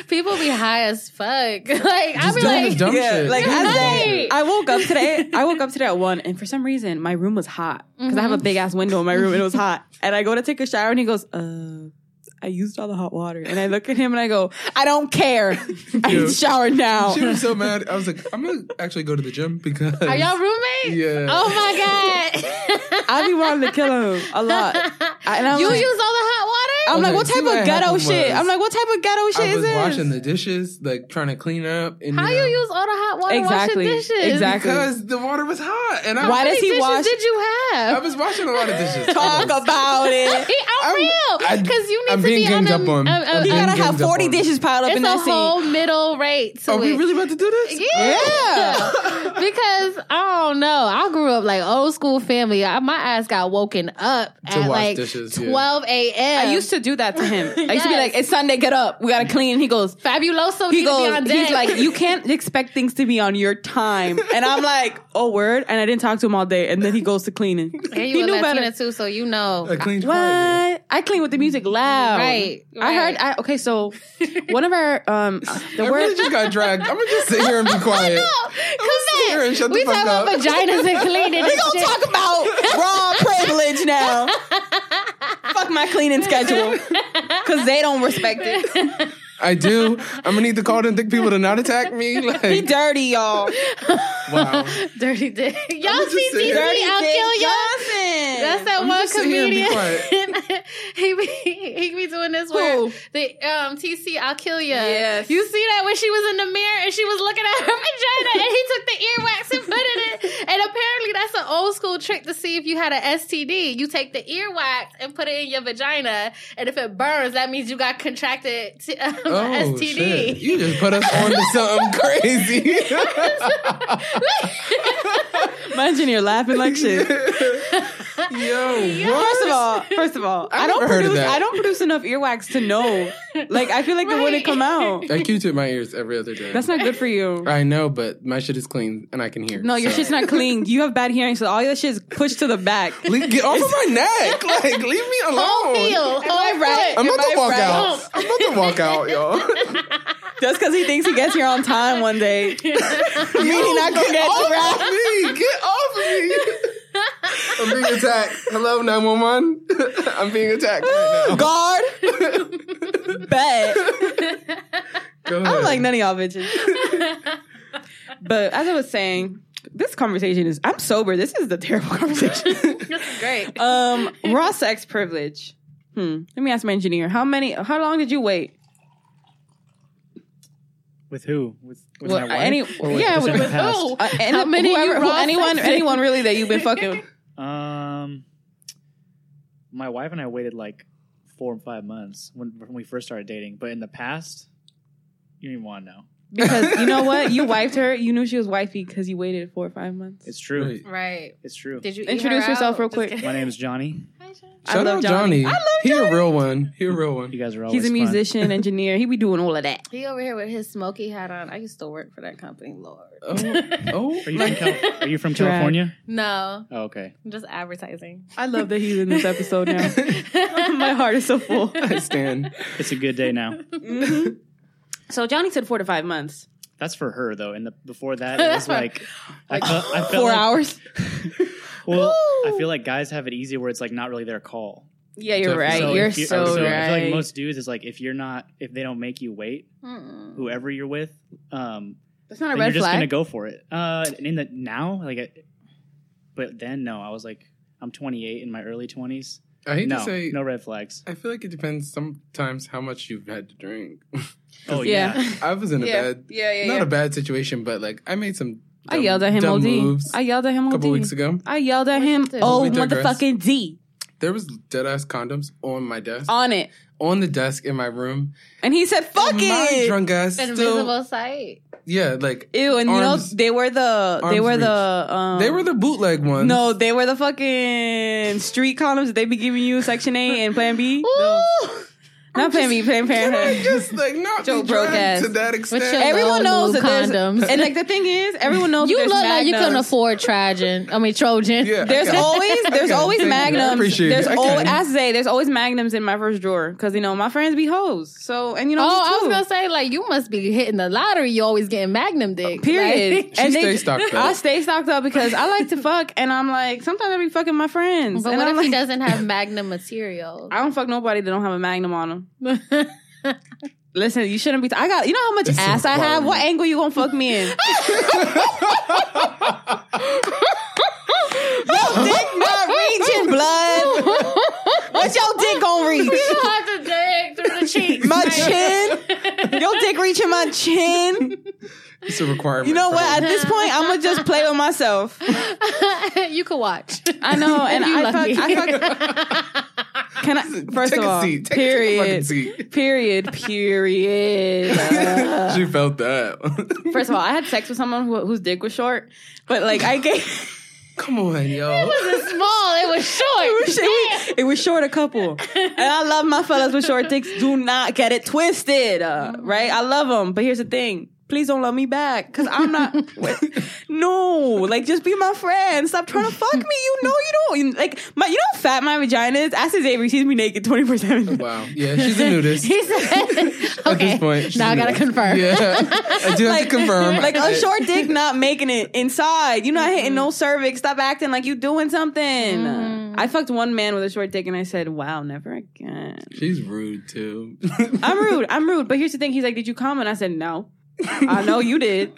S4: people be high as fuck. Like I
S5: just
S4: be
S5: doing
S4: like,
S5: this dumb
S3: Yeah,
S5: shit.
S3: like,
S5: Doing
S3: I
S5: this dumb
S4: say-
S5: shit.
S3: I woke up today. I woke up today at one, and for some reason, my room was hot because I have
S4: Mm-hmm.
S3: a big ass window in my room, and it was hot. And I go to take a shower, and he goes, "Uh, I used all the hot water." And I look at him, and I go, "I don't care. I need
S5: Yeah.
S3: to shower now."
S5: She was so mad. I was like, I'm gonna actually go to the gym because
S4: are y'all roommates?
S5: Yeah.
S4: Oh my god.
S3: I be wanting to kill him a lot. I- and I'm
S4: you
S3: like,
S4: use all the hot water?
S3: I'm like,
S5: Okay,
S3: what
S5: see
S3: type
S5: what
S3: of ghetto
S5: happened
S3: shit?
S5: was-
S3: I'm like, what type of ghetto shit
S5: I
S3: is
S5: was
S3: this?
S5: washing the dishes, like trying to clean up. And,
S4: How
S5: you, know,
S4: you use all the hot water
S3: Exactly.
S4: washing dishes?
S3: Exactly.
S5: Because the water was hot, and I
S3: Why
S4: How
S3: does
S4: many
S3: he
S4: dishes
S3: wash?
S4: did you
S5: I
S4: have?
S5: was washing a lot of dishes.
S3: Talk about it.
S4: He for real. Because you need
S5: I'm
S4: to
S5: being
S4: be on
S5: ganged
S4: a,
S5: up on.
S4: a- a-
S5: I'm
S4: a-
S5: being
S3: You gotta have
S5: ganged up
S3: 40
S5: on.
S3: dishes piled up
S4: it's
S3: in
S4: a
S3: that
S4: whole
S3: sink.
S4: middle rate to
S5: Are we
S4: it.
S5: really about to do this?
S4: Yeah.
S3: Yeah.
S4: because I don't know. I grew up like old school family. I, my ass got woken up
S5: To
S4: at
S5: wash
S4: like
S5: dishes, yeah.
S4: 12 a.m.
S3: I used to do that to him. I used to be
S4: Yes.
S3: like, "It's Sunday, get up, we gotta clean." He goes,
S4: Fabuloso
S3: he
S4: need to be on
S3: goes,
S4: deck.
S3: he's like, "You can't expect things to be on your time." And I'm like, "Oh, word!" And I didn't talk to him all day. And then he goes to cleaning.
S4: and
S3: he
S4: you a
S3: knew
S4: Latina
S3: better.
S4: too, so you know.
S5: I cleaned quietly.
S3: What? I clean with the music loud.
S4: Right,
S3: I heard.
S4: right.
S3: I, okay, so one of our um the
S5: I really
S3: word
S5: just got dragged. I'm gonna just sit here and be quiet.
S4: Come
S5: here and shut the
S4: we
S5: fuck
S4: talking about
S5: up.
S4: vaginas and cleaning.
S3: we gonna talk about raw privilege now. Fuck my cleaning schedule because they don't respect it.
S5: I do. I'm gonna need to call them thick people to not attack me.
S3: Be
S5: Like,
S3: dirty, y'all.
S5: wow.
S4: dirty dick. Y'all
S5: just
S4: see
S5: saying.
S3: Dirty
S4: I'll
S3: Dick
S4: kill y'all.
S3: Johnson.
S4: That's that
S5: I'm
S4: one
S5: just sitting here and be
S4: comedian. he be he be doing this
S3: Who?
S4: where the um TC I'll kill ya.
S3: Yes.
S4: You see that when she was in the mirror and she was looking at her vagina and he took the earwax and put it in. And apparently that's an old school trick to see if you had an STD. You take the earwax and put it in your vagina, and if it burns, that means you got contracted t- um,
S5: Oh
S4: STD.
S5: shit! You just put us on to something crazy.
S3: Imagine you're laughing like shit.
S5: Yo,
S3: First of all, first of all, I don't
S5: never heard of
S3: produce.
S5: that.
S3: I don't produce enough earwax to know. Like I feel like it wouldn't come out.
S5: I Q-tip my ears every other day.
S3: That's not good for you.
S5: I know, but my shit is clean and I can hear.
S3: No, your
S5: so.
S3: shit's not clean. You have bad hearing, so all your shit's pushed to the back.
S5: Le- get off of my neck! Like, leave me
S4: Whole
S5: alone.
S4: heel,
S3: I
S4: whole
S3: right?
S4: foot.
S5: I'm about
S3: Am
S5: to
S3: I
S5: walk
S3: right?
S5: out. I'm about to walk out, y'all.
S3: Just because he thinks he gets here on time one day,
S5: You're
S3: not gonna get
S5: off
S3: wrapped.
S5: of me. Get off of me. I'm being attacked. Hello, 911. I'm being attacked right now.
S3: guard, bet.
S5: Go
S3: I
S5: ahead.
S3: don't like none of y'all bitches. but as I was saying, this conversation is. I'm sober. This is the terrible conversation.
S4: Great.
S3: um, raw sex privilege. Hmm. Let me ask my engineer. How many? How long did you wait?
S6: With who? With, with
S3: Well, uh,
S6: my wife?
S3: any-
S6: Or with
S3: yeah,
S6: the
S3: with-
S6: person in the past?
S4: Oh,
S3: Uh, and
S4: How many
S3: whoever,
S4: you
S3: who-
S4: raw
S3: anyone,
S4: sexed?
S3: anyone really that you've been fucking.
S6: Um, my wife and I waited like four or five months when when we first started dating, but in the past, you don't even want to know.
S3: Because you know what? You wifed her. You knew she was wifey because you waited four or five months.
S6: It's true.
S5: Right.
S4: right.
S6: It's true.
S4: Did you eat
S3: Introduce
S4: her
S3: yourself
S4: out?
S3: real
S4: Just
S3: quick.
S4: kidding.
S6: My name is Johnny.
S3: I
S5: Shout
S3: love
S5: out Johnny.
S3: I love
S5: He a real one. He a real one.
S6: You guys are always
S3: He's a
S6: fun.
S3: musician, engineer. He be doing all of that.
S4: He over here with his smoky hat on. I used to work for that company, Lord.
S5: Oh, oh.
S6: Are you from, Cal- are you from California?
S4: No,
S6: Oh, okay.
S4: I'm just advertising.
S3: I love that he's in this episode now. My heart is so full.
S5: I stand.
S6: It's a good day now.
S3: Mhm. So Johnny said four to five months.
S6: That's for her though. And the, before that, it was like I, felt I felt
S3: Four
S6: like-
S3: hours.
S6: Well, I feel like guys have it easy where it's like not really their call.
S3: Yeah, you're
S5: Definitely.
S3: right.
S6: if
S3: you're
S6: you-
S3: so,
S6: I feel like
S3: right.
S6: most dudes is like if you're not if they don't make you wait,
S4: Mm.
S6: whoever you're with, um,
S3: That's not a
S6: then
S3: red
S6: you're just gonna
S3: flag.
S6: go for it. Uh, in the now, like, I, but then no, I was like, I'm 28 in my early 20s.
S5: I hate
S6: No,
S5: to say.
S6: no red flags.
S5: I feel like it depends sometimes how much you've had to drink.
S6: Oh
S3: yeah.
S6: yeah,
S5: I was in a
S3: Yeah.
S5: bad,
S3: Yeah, yeah,
S5: not
S3: yeah.
S5: a bad situation, but like I made some.
S3: I
S5: dumb-
S3: yelled at him,
S5: dumb
S3: OD.
S5: moves
S3: I yelled at him,
S5: a couple
S3: OD.
S5: weeks ago.
S3: I yelled at him,
S4: But
S3: oh,
S5: we digress.
S3: motherfucking D,
S5: There was dead ass condoms on my desk,
S3: on it.
S5: on the desk in my room.
S3: And he said, fuck
S5: And My
S3: it.
S5: drunk ass still,
S4: Invisible sight.
S5: yeah, like
S3: Ew, and
S5: Arms-
S3: you know they were the they
S5: arms
S3: were
S5: reach.
S3: the um,
S5: they were the bootleg ones.
S3: no they were the fucking street columns that they be giving you section A and Plan B. Not Plan B, Plan
S5: Can I
S3: Parenthood.
S5: just like not
S3: Joe
S5: be
S3: broke
S5: dragged
S3: ass.
S5: to that
S4: your-
S5: extent.
S3: Everyone
S4: Low
S3: knows that there's
S4: condoms.
S3: and like the thing is everyone knows
S4: You
S3: that
S4: look
S3: there's
S4: like you couldn't
S3: magnums.
S4: afford Trajan. I mean Trojan.
S5: Yeah,
S3: There's
S5: okay.
S3: always there's
S5: Okay,
S3: always
S5: thank you. I
S3: magnums.
S5: appreciate
S3: There's
S5: it. Okay.
S3: always I say there's always magnums in my first drawer because you know my friends be hoes. So and you know
S4: Oh,
S3: me
S4: I
S3: too.
S4: was gonna say like you must be hitting the lottery. You always getting Magnum dick.
S3: Period.
S4: Like-
S5: She stay stocked up.
S3: I stay stocked up because I like to fuck, and I'm like sometimes I be fucking my friends.
S4: but
S3: and
S4: what
S3: I'm
S4: if
S3: like,
S4: he doesn't have Magnum material?
S3: I don't fuck nobody that don't have a magnum on them. Listen, you shouldn't be. T- I got. You know how much
S5: That's so
S3: ass I have.
S5: funny.
S3: What angle you gonna fuck me in? your dick not reaching, blood. What's your dick gonna reach?
S4: have to dig through the cheeks.
S3: My chin. Your dick reaching my chin.
S5: It's a requirement.
S3: You know what? At
S5: for
S3: this point, I'm gonna just play with myself.
S4: you could watch.
S3: I know, and
S4: You
S3: I fuck,
S4: lucky.
S3: I fuck. Can I? First
S5: Take
S3: of
S5: a
S3: all,
S5: seat. Take a fucking
S3: period,
S5: seat.
S3: period, period. Uh,
S5: she felt that.
S3: first of all, I had sex with someone who, whose dick was short, but like I gave.
S5: Come on, yo.
S4: Small, it was short.
S3: It was, short, it was short a couple. And I love my fellas with short dicks. Do not get it twisted, uh, right? I love them. But here's the thing. Please don't love me back because I'm not. no, like just be my friend. Stop trying to fuck me. You know you don't. You- like, my, you know how fat my vagina is? Ask Xavier. He sees me naked 24 7.
S5: Wow. Yeah, she's a nudist.
S4: He said, okay.
S5: At this point, she's
S4: now I
S5: a
S4: gotta
S5: nudist.
S4: confirm.
S5: Yeah, I do have to confirm.
S3: Like oh,
S5: I-
S3: a short dick not making it inside. You're not hitting no cervix. Stop acting like you doing something.
S4: Mm-hmm.
S3: I fucked one man with a short dick and I said, wow, never again.
S5: She's rude too.
S3: I'm rude. I'm rude. But here's the thing. He's like, did you come? And I said, no. I know you did.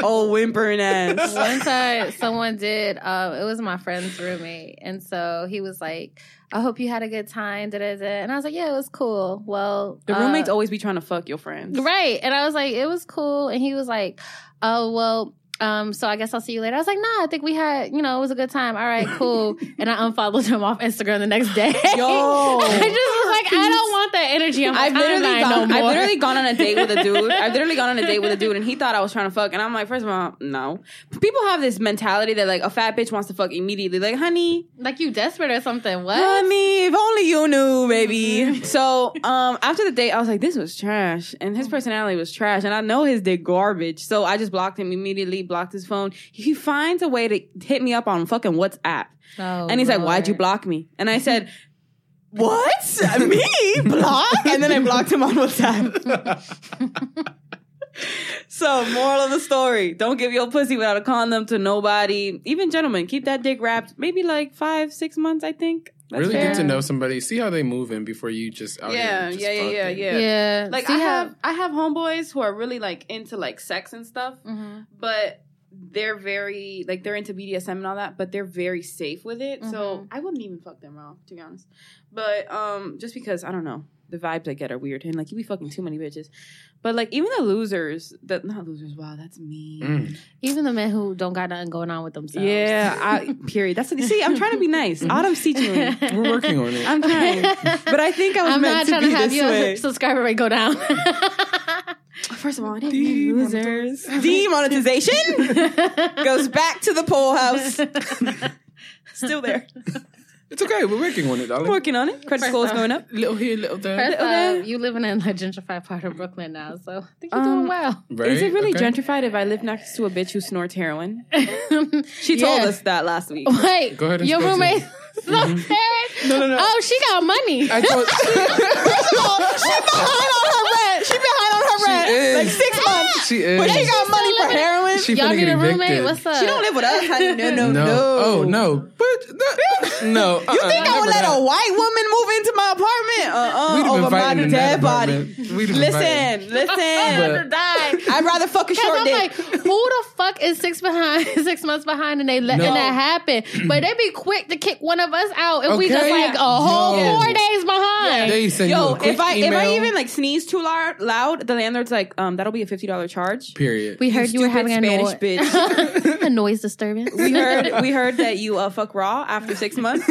S3: oh, whimpering ass.
S4: One time, someone did. Um, it was my friend's roommate, and so he was like, "I hope you had a good time." Da, da, da. And I was like, "Yeah, it was cool." Well,
S3: The
S4: uh,
S3: roommates always be trying to fuck your friends.
S4: Right. And I was like, it was cool. And he was like, oh, well, um, so I guess I'll see you later. I was like, nah, I think we had, you know, it was a good time. All right, cool. and I unfollowed him off Instagram the next day.
S3: Yo.
S4: I just was like, I don't want that energy. I'm
S3: I've literally
S4: no
S3: gone.
S4: more.
S3: I've literally gone on a date with a dude. I've literally gone on a date with a dude, and he thought I was trying to fuck. And I'm like, first of all, no. People have this mentality that like a fat bitch wants to fuck immediately. Like, honey,
S4: like you desperate or something. What?
S3: Honey, if only you knew, baby. So, um, after the date, I was like, this was trash. And his personality was trash. And I know his dick garbage. So I just blocked him immediately, blocked his phone. He finds a way to hit me up on fucking WhatsApp.
S4: Oh,
S3: and he's like, why'd you
S4: Lord.
S3: block me? And I said, what? me? Block? And then I blocked him on WhatsApp. so, moral of the story don't give your pussy without a condom to nobody. Even gentlemen, keep that dick wrapped. Maybe like five, six months, I think. That's
S5: really
S3: fair.
S5: get to know somebody. See how they moving before you just out
S3: Yeah,
S5: here just
S3: yeah, yeah, yeah,
S5: fucking.
S3: yeah.
S4: Yeah.
S3: Like
S4: See
S3: I
S4: how-
S3: have I have homeboys who are really like into like sex and stuff,
S4: Mhm.
S3: but they're very like they're into BDSM and all that, but they're very safe with it. So I wouldn't even fuck them raw, to be honest. But um just because I don't know. The vibes I get are weird and like you be fucking too many bitches. But like even the losers that not losers, wow, that's me.
S5: Mm.
S4: Even the men who don't got nothing going on with themselves.
S3: Yeah, I period. That's see, I'm trying to be nice. Autumn's teaching me.
S5: Mm. We're working on it.
S3: I'm trying. But I think I was
S4: I'm not
S3: meant
S4: trying
S3: to
S4: to
S3: be
S4: have
S3: this
S4: your
S3: way.
S4: subscriber rate go down.
S3: First of all, I didn't mean losers. Demonetization goes back to the poll house. Still there.
S5: It's okay. We're working on it, darling.
S3: Working on it. Credit score is going up.
S5: Little here, little there.
S4: First
S3: Okay.
S4: off, uh, you living in a gentrified part of Brooklyn now, so I think you're
S3: Um,
S4: doing well.
S5: Right?
S3: Is it really
S5: Okay.
S3: gentrified if I live next to a bitch who snorts heroin? She told
S4: Yeah.
S3: us that last week.
S4: Wait,
S5: Go ahead and
S4: your
S5: spell
S4: roommate.
S5: Mm-hmm. No, no, no.
S4: Oh, she got money.
S5: I thought
S7: behind on her rent. She behind on her rent.
S5: she is.
S7: Like six months.
S5: she is.
S7: But she got money for
S4: living-
S7: heroin.
S5: She
S4: Y'all
S5: finna
S4: need
S5: get
S4: a roommate?
S5: evicted.
S4: What's up?
S7: She don't live with us, honey. No, no,
S5: No.
S7: no.
S5: Oh no. But no. no
S7: You
S5: uh-uh,
S7: think I would
S5: never
S7: let
S5: that.
S7: a white woman move into my apartment? Uh uh
S5: We'd have been
S7: Over my
S5: fighting in that
S7: dead body.
S5: apartment. We'd have been fighting.
S7: Listen, listen.
S5: But-
S7: I'd rather fuck a
S4: Cause
S7: short
S4: I'm
S7: dick.
S4: like, who the fuck is six behind, six months behind, and they letting
S5: No.
S4: that happen? But they be quick to kick one of us out if we just
S5: Okay.
S4: like a whole
S5: Yo.
S4: four days behind.
S5: They send you
S3: Yo,
S5: a quick
S3: if I
S5: email.
S3: if I even like sneeze too lar- loud, the landlord's like, um, that'll be a fifty dollar charge.
S5: period.
S4: we heard you, were
S3: stupid
S4: having
S3: Spanish
S4: a,
S3: bitch.
S4: a noise disturbance.
S3: We heard we heard that you uh, fuck raw after six months.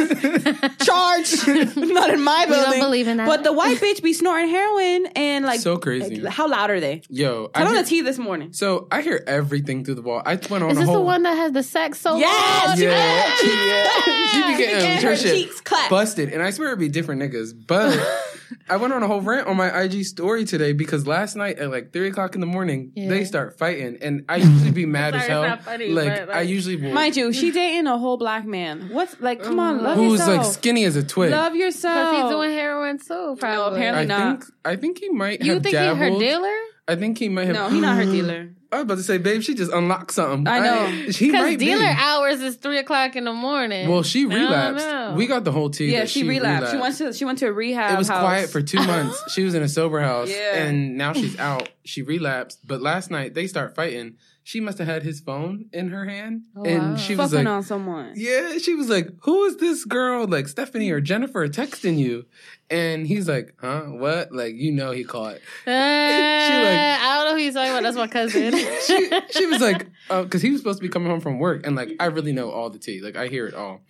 S7: Charge. Not in my
S4: don't
S7: building.
S4: believe in that.
S3: But the white bitch be snorting heroin and like
S5: So crazy.
S3: How loud are they?
S5: Yo,
S3: I
S5: I
S3: on the
S5: hear,
S3: tea this morning.
S5: so I hear everything through the wall. I went on
S4: Is
S5: a
S4: this
S5: whole
S4: the one that has the sex so
S3: Yes!
S4: long?
S5: Yeah, she, yeah. she be getting
S3: Get her
S5: her shit
S3: cheeks clapped.
S5: busted, and I swear it'd be different niggas. But I went on a whole rant on my IG story today because last night at like three o'clock in the morning they start fighting, and I usually be mad as
S4: Sorry,
S5: hell.
S4: it's not funny,
S5: like,
S4: but, like-
S5: I usually will,
S3: Mind you, she dating a whole black man. What's like? Come on, love
S5: who's
S3: yourself.
S5: like skinny as a twig.
S3: Love
S4: Cause
S3: yourself.
S4: he's doing heroin too, probably.
S3: apparently Probably
S5: I
S3: not.
S5: think I think he might.
S4: you
S5: have
S4: think
S5: dabbled.
S4: he her dealer?
S5: I think he might have.
S3: no, he not her dealer.
S5: I was about to say, babe, she just unlocked something.
S3: I know.
S5: she
S4: Because
S5: might
S4: dealer
S5: be.
S4: hours is three o'clock in the morning.
S5: Well, she
S4: don't
S5: relapsed.
S4: know.
S5: We got the whole tea.
S3: Yeah,
S5: that
S3: she,
S5: she,
S3: relapsed. She went to she went to a rehab.
S5: It was
S3: house.
S5: quiet for two months. she was in a sober house,
S3: Yeah.
S5: and now she's out. She relapsed, but last night they start fighting. She must have had his phone in her hand,
S4: Oh,
S5: and
S4: wow.
S5: she was
S3: Fucking
S5: like,
S3: on someone.
S5: "Yeah." She was like, "Who is this girl? Like Stephanie or Jennifer texting you?" And he's like, "Huh? What?" Like you know he caught.
S4: Uh, I don't know who you're talking about. That's my cousin.
S5: she, she was like, because he was supposed to be coming home from work, and like I really know all the tea, like I hear it all.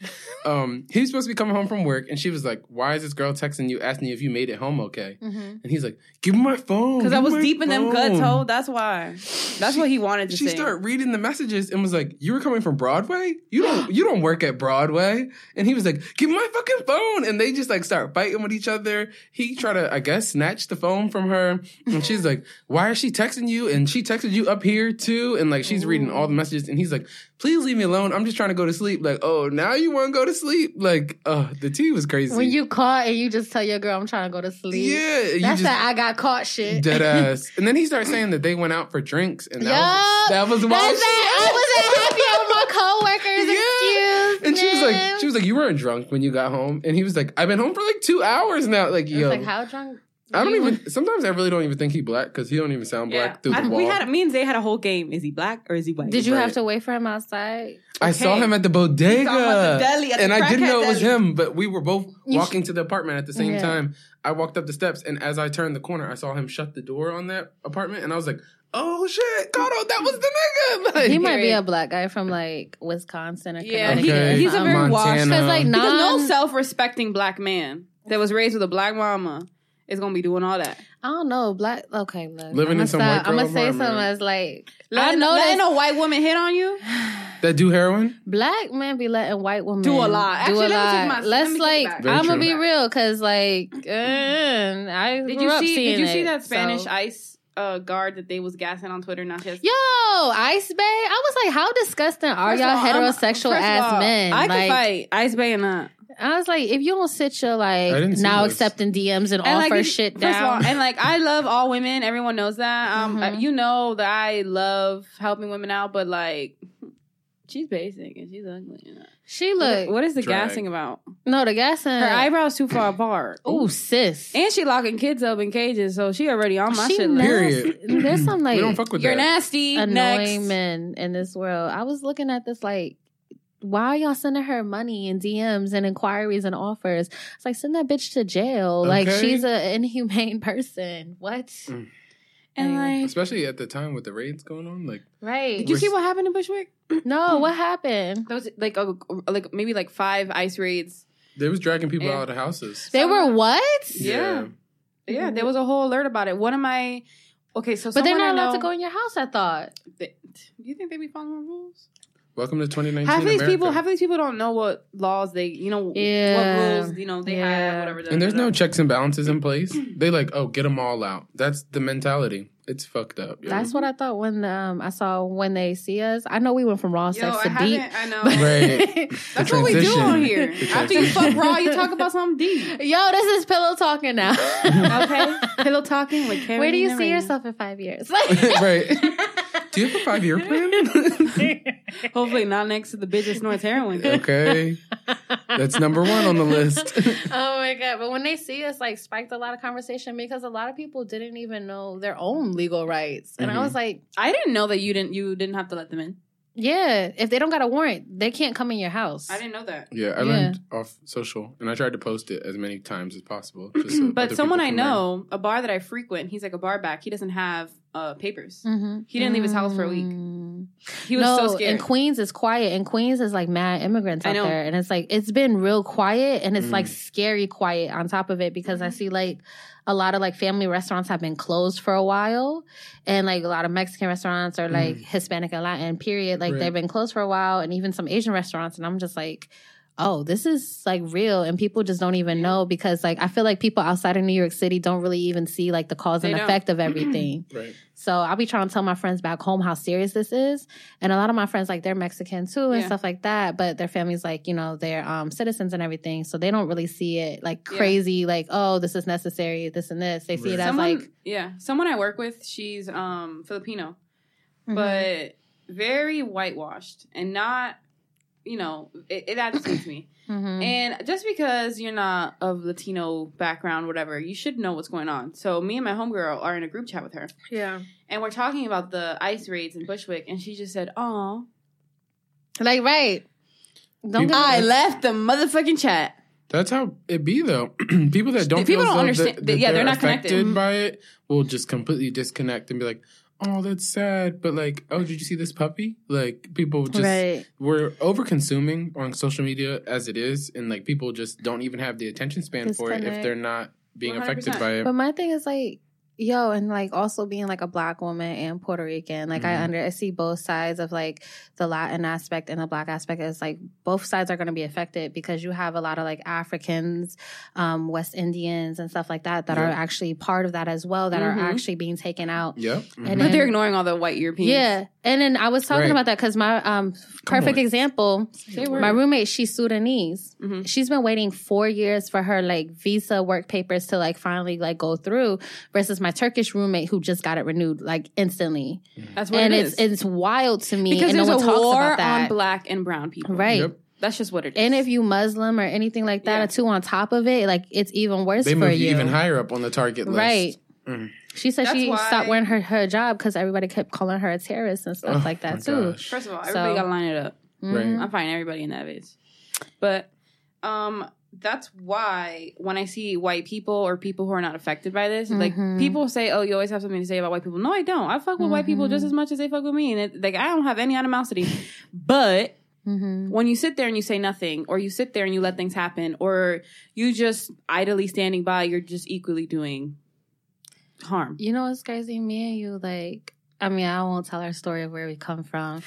S5: Um, he was supposed to be coming home from work, and she was like, "Why is this girl texting you asking you if you made it home okay?"
S4: Mhm.
S5: And he's like, "Give me my phone."
S3: Mm-hmm. Because I
S5: give me
S3: was
S5: my
S3: deep in them guts,
S5: phone."
S3: ho. That's why. That's what he wanted to
S5: She
S3: say.
S5: started reading the messages and was like, "You were coming from Broadway? You don't you don't work at Broadway?" And he was like, "Give me my fucking phone!" And they just like start fighting with each other. He tried to, I guess, snatch the phone from her, and she's like, "Why is she texting you?" And she texted you up here too, and like she's reading
S4: Oh.
S5: all the messages, and he's like, "Please leave me alone. I'm just trying to go to sleep." Like, oh, now you want to go to sleep? Like, uh, the tea was crazy.
S4: when you caught and you just tell your girl, I'm trying to go to sleep.
S5: yeah, you
S4: That's
S5: just-
S4: that I got caught shit.
S5: Dead ass. And then he started saying that they went out for drinks, and that was, that was wild.
S4: That's that. I wasn't happy with my coworkers. Excuse
S5: And she was like,
S4: ma'am.
S5: she was like, you weren't drunk when you got home. And he was like, I've been home for like two hours now. Like,
S4: I
S5: yo,
S4: was like, how drunk?
S5: I don't
S4: you were?"
S5: even. Sometimes I really don't even think he black because he don't even sound black
S3: Yeah.
S5: through the
S3: I-
S5: wall.
S3: we had me and Zay had a whole game. Is he black or is he white?
S4: Did you
S5: Right.
S4: have to wait for him outside?
S5: I saw
S3: okay.
S5: him at the
S7: Talking about
S5: bodega.
S7: the deli at the
S5: and I didn't
S7: crackhead
S5: know it was
S7: deli.
S5: him, but we were both
S4: You
S5: walking to the apartment at the same
S4: Yeah.
S5: time. I walked up the steps, and as I turned the corner, I saw him shut the door on that apartment, and I was like, "Oh shit, Cardo, that was the nigga!" Like,
S4: He might be a black guy from like Wisconsin or
S3: Yeah,
S4: Connecticut.
S5: Okay, Uh,
S3: he, he's a very washed.
S5: Montana.
S4: Because like
S3: Because
S4: non,
S3: no self-respecting black man that was raised with a black mama is gonna be doing all that.
S4: I don't know black. Okay, look,
S5: Living
S4: I'm
S5: in
S4: gonna
S5: some white
S4: stop.
S5: girl
S4: I'm gonna say
S5: environment.
S4: something as like
S3: Letting,
S4: I know
S3: letting
S4: that
S3: a white woman hit on you.
S5: that do heroin.
S4: black men be letting white women
S3: Do a lot.
S4: do
S3: Actually,
S4: a
S3: let me take
S4: lot.
S3: my- let
S4: Let's
S3: me take it
S4: like,
S3: back.
S5: Very
S4: I'm gonna
S5: true.
S4: be real because like, uh, I
S3: Did
S4: grew
S3: you
S4: up
S3: see?
S4: seeing
S3: Did you see
S4: it,
S3: that Spanish
S4: so.
S3: ICE uh, guard that they was gassing on Twitter? Not just
S4: Yo, Ice Bay. I was like, how disgusting are
S3: First of
S4: y'all
S3: all, I'm-
S4: heterosexual
S3: first of
S4: ass
S3: all,
S4: men?
S3: I can
S4: like,
S3: fight Ice Bay and not.
S4: I was like, if you don't sit your
S5: I
S4: like
S5: didn't see
S4: now
S5: this.
S4: accepting DMs
S3: And,
S4: and,
S3: like,
S4: offer
S3: you-
S4: shit
S3: First of all,
S4: down.
S3: and like I love all women. Everyone knows that. Um,
S4: Mhm.
S3: you know that I love helping women out, but like. She's basic and she's ugly. you know.
S4: she look
S3: what is the
S5: Drag.
S3: gassing about?
S4: no the gas
S3: Her eyebrows too far apart.
S4: Ooh, sis.
S3: And she locking kids up in cages, so she already on my
S4: She
S3: shit
S4: nasty.
S3: list.
S5: Period.
S4: There's some like
S5: we don't fuck with
S3: You're
S5: that.
S3: nasty.
S4: annoying
S3: Next.
S4: men in this world. I was looking at this like, why are y'all sending her money and DMs and inquiries and offers? It's like send that bitch to jail. Like
S5: Okay.
S4: she's an inhumane person. What?
S5: Mm.
S3: And like,
S5: Especially at the time with the raids going on, like
S4: Right.
S3: did you see what happened in Bushwick?
S4: no, what happened?
S3: Those like a, like maybe like five ice raids.
S5: they was dragging people
S3: Yeah.
S5: out of houses.
S4: They were what?
S3: Yeah. Yeah, there was a whole alert about it. One of my okay, so
S4: But they're not
S3: someone I
S4: allowed to
S3: know-
S4: go in your house, I thought.
S3: They- Do you think they be following rules?
S5: Welcome to 2019.
S3: Half of these
S5: America.
S3: people, half of these people don't know what laws they, you know,
S4: Yeah.
S3: what rules, you know, they
S4: Yeah.
S3: have, whatever.
S5: And there's no
S3: da-da-da.
S5: checks and balances in place. They like, oh, get them all out. That's the mentality. It's fucked up. yo.
S4: That's what
S3: Mm-hmm.
S4: I thought when um I saw when they see us. I know we went from raw
S3: Yo,
S4: sex
S3: I
S4: to deep.
S3: haven't. I know.
S5: Right.
S3: That's
S5: The
S3: what we do
S5: transition.
S3: on here.
S5: The
S3: After you fuck
S5: transition.
S3: raw, you talk about something deep.
S4: Yo, this is pillow talking now.
S3: Okay, pillow talking with Karen.
S4: Where do you see yourself in five years?
S5: right. Do you have a five year plan?
S3: Hopefully, not next to the bitch that snorts heroin.
S5: okay. That's number one on the list.
S4: oh my god! But when they see us, like spiked a lot of conversation because a lot of people didn't even know their own legal rights, and I was like,
S3: I didn't know that you didn't. You didn't have to let them in.
S4: yeah, if they don't got a warrant, they can't come in your house.
S3: I didn't know that.
S5: yeah, I learned off social and I tried to post it as many times as possible. Just so
S3: But
S5: other
S3: someone
S5: people
S3: I
S5: can
S3: know, a bar that I frequent, he's like a bar back. He doesn't have uh, papers.
S4: Mm-hmm.
S3: He didn't leave his house for a week. He was
S4: no,
S3: so scared.
S4: and Queens is quiet, and Queens is like mad immigrants
S3: I
S4: out
S3: know.
S4: there, and it's like it's been real quiet, and it's like scary quiet on top of it because
S3: Mm-hmm.
S4: I see like a lot of like family restaurants have been closed for a while, and like a lot of Mexican restaurants or like Hispanic and Latin period, like
S5: Right.
S4: they've been closed for a while, and even some Asian restaurants, and I'm just like. Oh, this is like real, and people just don't even know because, like, I feel like people outside of New York City don't really even see like the cause
S3: They
S4: and
S3: don't.
S4: effect of everything.
S5: Right.
S4: So I'll be trying to tell my friends back home how serious this is. And a lot of my friends, like, they're Mexican too and
S3: Yeah.
S4: stuff like that. But their families, like, you know, they're um, citizens and everything. So they don't really see it like
S3: Yeah.
S4: crazy, like, oh, this is necessary, this and this. They see it
S5: Right.
S4: as
S3: someone,
S4: like,
S3: yeah, someone I work with, she's um Filipino,
S4: mhm.
S3: but very whitewashed and not you know, it, it agitates me.
S4: Mhm.
S3: And just because you're not of Latino background, whatever, you should know what's going on. So me and my homegirl are in a group chat with her,
S4: Yeah.
S3: and we're talking about the ice raids in Bushwick, and she just said, "Oh,
S4: Mm-hmm. Like right. Don't get
S3: I left the motherfucking chat."
S5: That's how it be though. people that don't
S3: People
S5: feel as
S3: don't
S5: though
S3: understand-
S5: That,
S3: that-
S5: that
S3: yeah,
S5: they're,
S3: they're not
S5: affected
S3: connected.
S5: by it. Will just completely disconnect and be like, "Oh, that's sad," but like, "Oh, did you see this puppy?" Like people just
S4: right.
S5: we're over consuming on social media as it is, and like people just don't even have the attention span for it if
S4: Disconnect.
S5: they're not being affected
S3: 100%.
S5: by it.
S4: But my thing is like, yo, and like also being like a black woman and Puerto Rican, like I
S5: Mhm.
S4: under I see both sides of like the Latin aspect and the black aspect is like both sides are going to be affected because you have a lot of like Africans, um, West Indians and stuff like that that are
S5: Yeah.
S4: actually part of that as well that
S3: Mhm.
S4: are actually being taken out.
S5: Yep.
S4: And
S5: Mm-hmm.
S3: But
S4: then-
S3: they're ignoring all the white Europeans.
S4: Yeah, and then I was talking
S5: Right.
S4: about that because my um perfect
S5: on.
S4: example,
S3: They were.
S4: my roommate, she's Sudanese
S3: Mhm.
S4: she's been waiting four years for her like visa work papers to like finally like go through versus my turkish roommate who just got it renewed like instantly
S3: That's what
S4: and
S3: it
S4: it's
S3: is.
S4: it's wild to me
S3: because
S4: and
S3: there's
S4: no one
S3: a
S4: talks
S3: war
S4: about that
S3: on black and brown people.
S4: right
S5: Yep.
S3: That's just what it is.
S4: and if you muslim or anything like that
S3: Yeah.
S4: too on top of it like it's even worse
S5: They
S4: for
S5: move you
S4: you
S5: even higher up on the target list.
S4: right
S5: Mm.
S4: she said
S3: That's
S4: she
S3: why-
S4: stopped wearing her, her job because everybody kept calling her a terrorist and stuff
S5: Oh,
S4: like that
S5: my
S4: too
S5: gosh.
S3: First of all,
S4: So-
S3: everybody got to line it up.
S4: Mhm.
S3: I'm finding everybody in that bitch. But um, that's why when I see white people or people who are not affected by this, like
S4: Mhm.
S3: people say, "Oh, you always have something to say about white people." No, I don't. I fuck with white people
S4: Mhm.
S3: just as much as they fuck with me, and it, like I don't have any animosity. but
S4: Mhm.
S3: when you sit there and you say nothing, or you sit there and you let things happen, or you just idly standing by, you're just equally doing harm.
S4: you know what's crazy me and you like i mean i won't tell our story of where we come from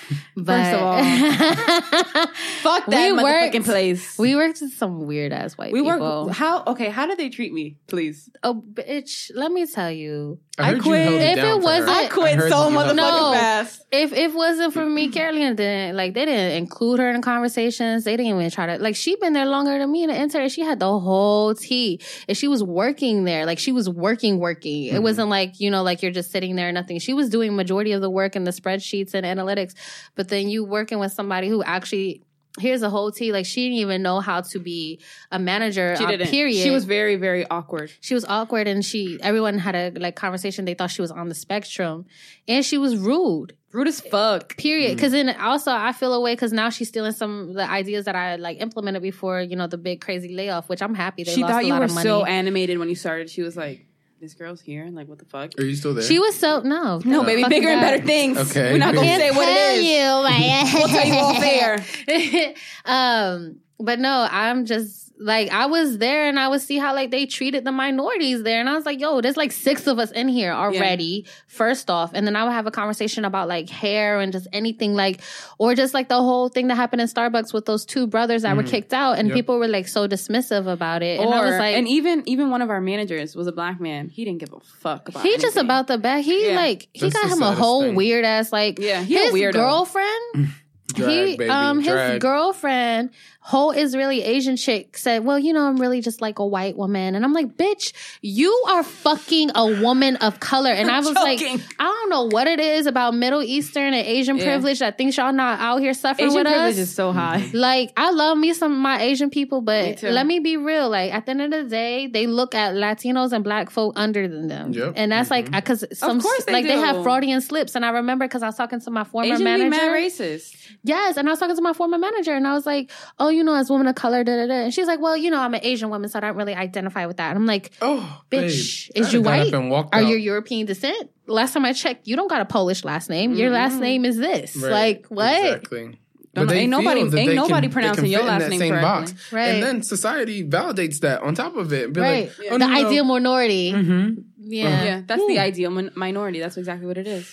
S4: but
S3: First of all, Fuck that
S4: We
S3: motherfucking
S4: worked-
S3: place.
S4: We worked with some weird ass white
S3: we work
S4: people.
S3: how okay? How did they treat me? Please,
S4: oh, bitch, let me tell you.
S5: I, heard you held
S3: quit.
S5: it
S4: If it
S5: down for her.
S4: wasn't- I
S5: I heard that you held it
S4: motherfucking
S5: down.
S4: No.
S3: fast.
S4: If if it wasn't for me, Carolina didn't like they didn't include her in the conversations. They didn't even try to like she been there longer than me in the intern. She had the whole tea. And she was working there. Like she was working, working. It
S3: Mm-hmm.
S5: Mhm.
S4: wasn't like, you know, like you're just sitting there and nothing. She was doing majority of the work in the spreadsheets and analytics. But then you working with somebody who actually here's a whole tea. Like she didn't even know how to be a manager.
S3: She
S4: uh,
S3: didn't.
S4: Period.
S3: She was very, very awkward.
S4: she was awkward and she everyone had a like conversation they thought she was on the spectrum and she was rude
S3: Rude as fuck.
S4: period because then also i feel away because now she's stealing some of the ideas that i like implemented before you know the big crazy layoff which i'm happy they
S3: She
S4: lost
S3: thought
S4: a
S3: you
S4: lot
S3: were
S4: of money
S3: so animated when you started. She was like, "This girl's here," and like, "What the fuck?"
S5: Are you still there?
S4: she was so no
S3: No, baby,
S4: fuck
S3: bigger and
S4: that.
S3: better things.
S5: Okay.
S3: We're not gonna
S5: Can't
S3: say what it is.
S4: you
S3: We'll tell you all fair.
S4: um but no i'm just like i was there and i would see how like they treated the minorities there and i was like yo there's like six of us in here already first off and then i would have a conversation about like hair and just anything like or just like the whole thing that happened in starbucks with those two brothers that were
S5: Mhm.
S4: kicked out and
S5: Yep.
S4: people were like so dismissive about it and
S3: or
S4: i was like
S3: and even even one of our managers was a black man. He didn't give a fuck about.
S4: he just
S3: anything.
S4: about the back he
S3: Yeah.
S4: like he
S5: That's
S4: got
S5: the
S4: him a
S5: saddest
S4: whole
S5: thing.
S4: weird ass like
S3: Yeah, he a
S4: his
S3: weirdo.
S4: girlfriend
S5: drag,
S4: he,
S5: baby,
S4: um, his
S5: drag.
S4: girlfriend, whole Israeli Asian chick, said, "Well, you know, I'm really just like a white woman," and I'm like, "Bitch, you are fucking a woman of color." And I was like,
S3: Joking.
S4: "I don't know what it is about Middle Eastern and Asian
S3: Yeah.
S4: privilege that thinks y'all not out here suffering
S3: Asian
S4: with
S3: privilege
S4: us."
S3: is so high.
S4: like I love me some of my Asian people,
S3: Me
S4: but
S3: too.
S4: let me be real. Like at the end of the day, they look at Latinos and Black folk under than them,
S5: Yep. Mm-hmm.
S4: and that's like because some
S3: course they
S4: like they have
S3: do.
S4: Freudian slips. And I remember because I was talking to my former
S3: Asian be
S4: manager,
S3: mad racist.
S4: Yes, and I was talking to my former manager, and I was like, "Oh, you know, as a woman of color, da da da." And she's like, "Well, you know, I'm an Asian woman, so I don't really identify with that." And I'm like,
S5: Oh,
S4: "Bitch, is
S5: babe.
S4: you
S5: I done got
S4: white?
S5: up and walked
S4: Are
S5: out.
S4: you European descent? Last time I checked, you don't got a Polish last name. Your last name is this.
S5: Mm-hmm. Right,
S4: Like what?
S5: Exactly.
S3: Don't- ain't nobody-
S5: feel that
S3: ain't
S5: they
S3: nobody
S5: they
S3: pronouncing
S5: fit
S3: your
S5: in
S3: last
S5: that
S3: name
S5: same box.
S4: Right.
S5: And then society validates that on top of it. and Be
S4: Right.
S5: like, oh,
S4: the
S5: no, no.
S4: ideal minority.
S6: Mm-hmm.
S5: Mhm.
S4: Yeah. Hmm.
S3: Yeah, that's the ideal min- minority. That's exactly what it is.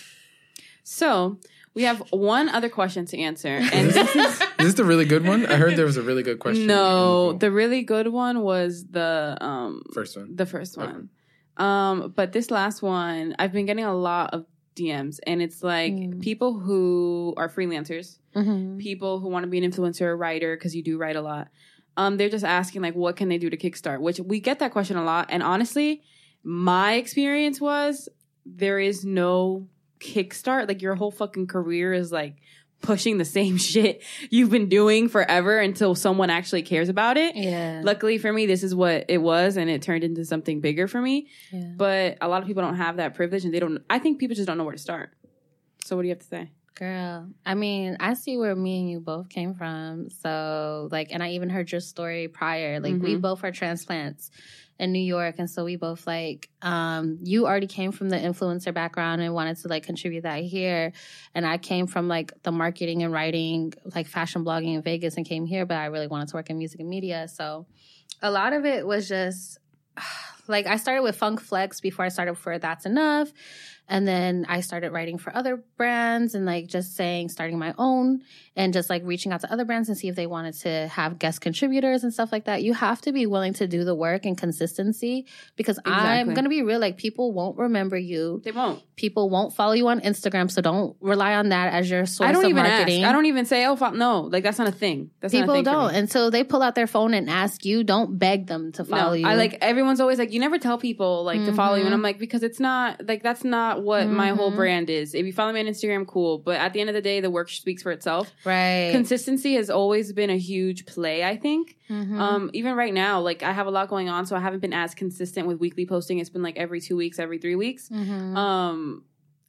S3: So we have one other question to answer, and this is
S5: Is this the really good one? I heard there was a really good question.
S3: no. The really good one was the um
S5: first one.
S3: the first
S5: Okay.
S3: one, um, but this last one I've been getting a lot of DMs, and it's like
S4: Mm.
S3: people who are freelancers,
S4: Mhm.
S3: people who want to be an influencer or writer because you do write a lot. Um, they're just asking like, what can they do to kickstart? Which we get that question a lot, and honestly, my experience was there is no kickstart. Like your whole fucking career is like pushing the same shit you've been doing forever until someone actually cares about it.
S4: Yeah.
S3: Luckily for me, this is what it was, and it turned into something bigger for me.
S4: Yeah.
S3: But a lot of people don't have that privilege, and they don't. I think people just don't know where to start. So, what do you have to say?
S4: Girl, I mean, I see where me and you both came from. So, like, and I even heard your story prior. Like, we
S3: Mhm.
S4: both were transplants in New York. And so we both, like, um, you already came from the influencer background and wanted to, like, contribute that here. And I came from, like, the marketing and writing, like, fashion blogging in Vegas and came here, but I really wanted to work in music and media. So, a lot of it was just like, I started with Funk Flex before I started for That's Enough. And then I started writing for other brands and like just saying, starting my own and just like reaching out to other brands and see if they wanted to have guest contributors and stuff like that. You have to be willing to do the work and consistency because I'm
S3: Exactly.
S4: going to be real. Like people won't remember you.
S3: They won't.
S4: People won't follow you on Instagram. So don't rely on that as your source
S3: I don't
S4: of
S3: even
S4: marketing.
S3: ask. I don't even say, oh, fuck, no. Like, that's not a thing. That's not a
S4: People
S3: thing for me.
S4: don't until they pull out their phone and ask you. Don't beg them to follow
S3: no,
S4: you.
S3: I like everyone's always like, you never tell people like to follow you,
S4: Mhm.
S3: and I'm like because it's not like that's not what my whole
S4: Mhm.
S3: brand is. If you follow me on Instagram, cool, but at the end of the day, the work speaks for itself.
S4: right.
S3: Consistency has always been a huge play, I think.
S4: Mhm.
S3: Um, even right now, like I have a lot going on, so I haven't been as consistent with weekly posting. It's been like every two weeks, every three weeks.
S4: Mhm.
S3: Um,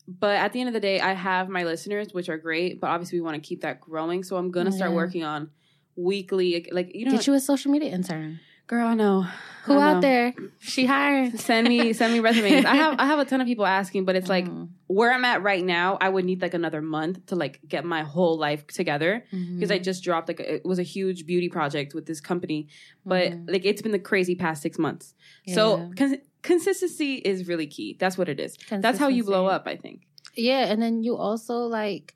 S3: but at the end of the day, I have my listeners, which are great, but obviously we want to keep that growing, so I'm gonna start
S4: Oh, Yeah.
S3: working on weekly, like, like you know,
S4: Get you a social media intern.
S3: girl, I know
S4: Who
S3: I
S4: out
S3: know.
S4: there? She hiring.
S3: send me send me resumes. I have I have a ton of people asking, but it's like
S4: Mhm.
S3: where I'm at right now, I would need like another month to like get my whole life together because
S4: Mm-hmm.
S3: I just dropped like it was a huge beauty project with this company, but
S4: Mhm.
S3: like it's been the crazy past 6 months.
S4: Yeah.
S3: So cons- consistency is really key. That's what it is. That's how you blow
S4: Consistency.
S3: up, I think.
S4: Yeah, and then you also like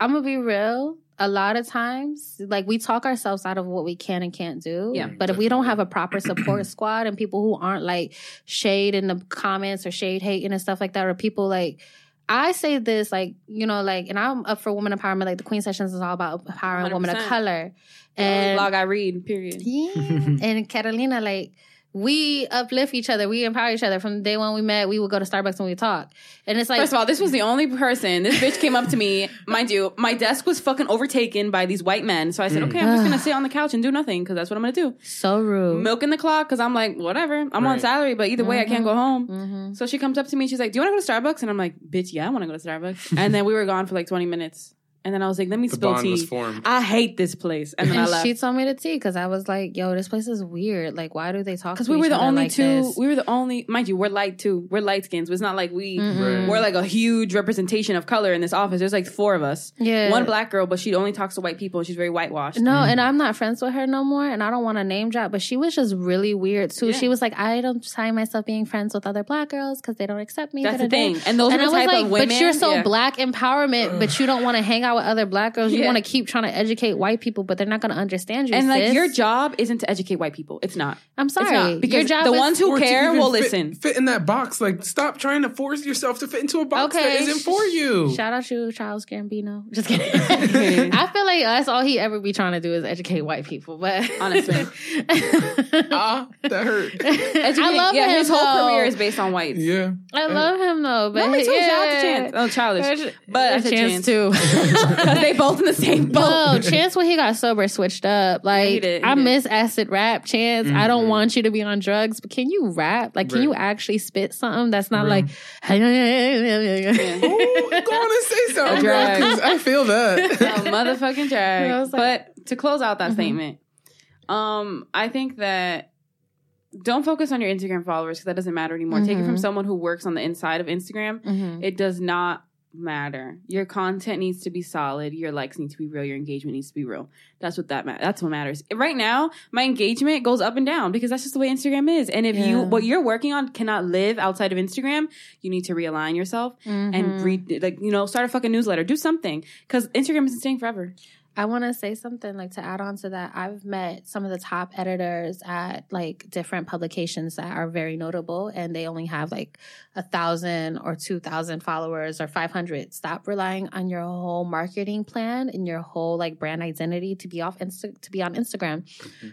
S4: I'm gonna be real. A lot of times, like we talk ourselves out of what we can and can't do.
S3: Yeah.
S4: But if we don't
S5: Definitely.
S4: have a proper support squad and people who aren't like shade in the comments or shade hating and stuff like that, or people like I say this, like, you know, like, and I'm up for women empowerment. Like, the Queen Sessions is all about empowering women of
S3: 100%.
S4: color.
S3: And
S4: And
S3: blog I read, period.
S4: Yeah. and Catalina, like, we uplift each other. We empower each other. From the day when we met, we would go to Starbucks and we would talk. And it's like,
S3: First of all, this was the only person. This bitch came up to me. Mind you, my desk was fucking overtaken by these white men. So I
S4: Mm.
S3: said, okay, I'm just gonna sit on the couch and do nothing because that's what I'm gonna do.
S4: so rude.
S3: milking the clock because I'm like, whatever. I'm on
S5: Right.
S3: salary, but either way, I can't go home.
S4: Mhm.
S3: So she comes up to me. She's like, "Do you want to go to Starbucks?" And I'm like, "Bitch, yeah, I want to go to Starbucks." and then we were gone for like 20 minutes. And then I was like, "Let me
S5: The
S3: spill
S5: bond was
S3: tea.
S5: formed.
S3: I hate this place." And then I
S4: And
S3: left
S4: she told me to tea because I was like, "Yo, this place is weird. Like, why do they talk?"
S3: because
S4: to
S3: we were
S4: each
S3: the
S4: other
S3: only
S4: like
S3: two.
S4: this?
S3: We were the only, mind you, we're light too. We're light skins. It's not like we
S4: Mm.
S5: Right.
S3: we're like a huge representation of color in this office. There's like four of us.
S4: Yeah.
S3: one black girl, but she only talks to white people. and She's very whitewashed.
S4: No, and I'm not friends with her no more, and I don't want to name drop, but she was just really weird too.
S3: Yeah.
S4: She was like, "I don't find myself being friends with other black girls because they don't accept me."
S3: That's the
S4: da-da-da."
S3: thing. And those
S4: and
S3: are
S4: I
S3: the
S4: was
S3: type
S4: like,
S3: of women.
S4: "But you're so
S3: Yeah.
S4: black empowerment, but you don't want to hang out with other black girls. You
S3: Yeah.
S4: want to keep trying to educate white people, but they're not going to understand you."
S3: And like
S4: sis."
S3: your job isn't to educate white people. It's not.
S4: I'm
S3: It's
S4: sorry,
S3: not, because
S4: your job
S3: the
S4: is-
S3: ones who
S5: Or to
S3: care
S5: even
S3: will
S5: fit-
S3: listen.
S5: Fit in that box. Like, stop trying to force yourself to fit into a box
S4: Okay.
S5: that isn't for you. Ah,
S4: Shout out to Charles Gambino. Just kidding. I feel like that's all he ever be trying to do is educate white people. But
S3: Honestly. Uh,
S5: Ah, that hurt.
S4: I
S3: Educating-
S4: love
S3: yeah,
S4: him.
S3: his whole
S4: though.
S3: career is based on whites.
S5: Yeah.
S4: I love him though. But
S3: No, me too. Shout out
S4: yeah.
S3: to Chance. Oh, childish. But I said Chance,
S4: Chance too.
S3: Because they both in the same boat.
S4: Whoa, Chance when he got sober switched up. Like
S3: he did, Mm-hmm. he
S4: I
S3: did.
S4: miss acid rap. Chance, I don't want you to be on drugs, but can you rap? Like, can you actually spit something that's not like?
S5: Ooh, go on and say something. girl,
S3: drag.
S5: 'cause I feel
S3: A
S5: that.
S3: motherfucking drag.
S4: I was like-
S3: but to close out that statement, um, I think that don't focus on your Instagram followers because that doesn't matter anymore. Take it from
S4: Mhm.
S3: someone who works on the inside of Instagram.
S4: Mhm.
S3: It does not matter. Your content needs to be solid. Your likes need to be real. Your engagement needs to be real. That's what that matters. That's what matters. Right now, my engagement goes up and down because that's just the way Instagram is. And if you
S4: Yeah.
S3: what you're working on cannot live outside of Instagram, you need to realign yourself and
S4: Mhm.
S3: read like you know start a fucking newsletter, do something because Instagram isn't staying forever.
S4: I want to say something like to add on to that. I've met some of the top editors at like different publications that are very notable, and they only have like a thousand or two thousand followers or five hundred. Stop relying on your whole marketing plan and your whole like brand identity to be off Insta- to be on Instagram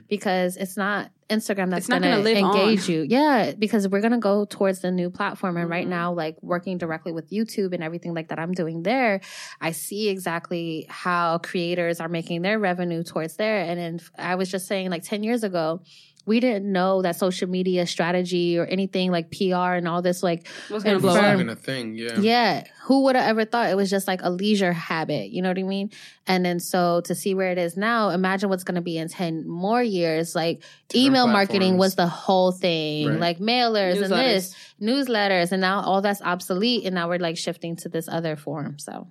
S4: because it's not Instagram that's
S3: It's not
S4: going to
S3: gonna live
S4: engage you. Yeah, because we're going to go towards the new platform. And
S3: Mm-hmm.
S4: right now, like working directly with YouTube and everything like that I'm doing there, I see exactly how creators are making their revenue towards there. And then I was just saying, like 10 years ago, we didn't know that social media strategy or anything like PR and all this, like,
S3: What's gonna
S4: And
S3: blow
S5: It's
S4: for-
S5: not
S3: up?
S5: even a thing. Yeah.
S4: yeah, who would have ever thought it was just like a leisure habit? You know what I mean? And then so to see where it is now, imagine what's going to be in 10 more years. Like
S5: Different
S4: email marketing
S5: platforms.
S4: was the whole thing,
S5: Right.
S4: like mailers and
S3: Newsletters.
S4: this, newsletters. And now all that's obsolete. And now we're like shifting to this other form. So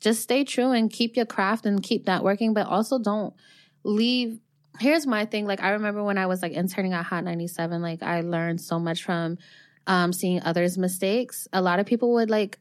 S4: just stay true and keep your craft and keep networking, but also don't leave. Here's my thing. Like I remember when I was like interning at Hot 97, like I learned so much from um seeing others' mistakes. A lot of people would like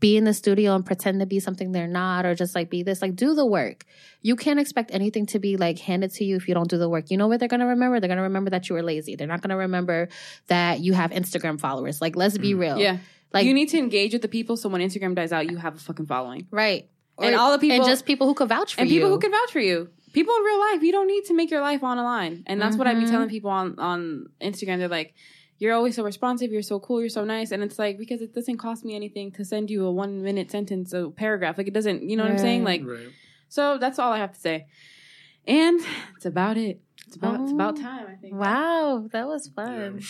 S4: be in the studio and pretend to be something they're not or just like be this like do the work you can't expect anything to be like handed to you if you don't do the work you know what they're going to remember they're going to remember that you were lazy they're not going to remember that you have instagram followers like let's be
S5: Mm.
S4: real
S3: Yeah.
S4: like
S3: you need to engage with the people so when Instagram dies out, you have a fucking following.
S4: right
S3: and all the people
S4: and just people who could vouch for
S3: and
S4: you
S3: people who can vouch for you. People in real life, you don't need to make your life on a line. And that's what I be
S4: Mhm.
S3: telling people on on Instagram. They're like, "You're always so responsive. You're so cool. You're so nice." And it's like because it doesn't cost me anything to send you a one minute sentence, a paragraph. Like it doesn't. You know what I'm saying?
S4: Right.
S3: Like
S5: Right.
S3: so. That's all I have to say. And it's about it. It's about it's about
S4: Oh.
S3: time. I think.
S4: wow that was fun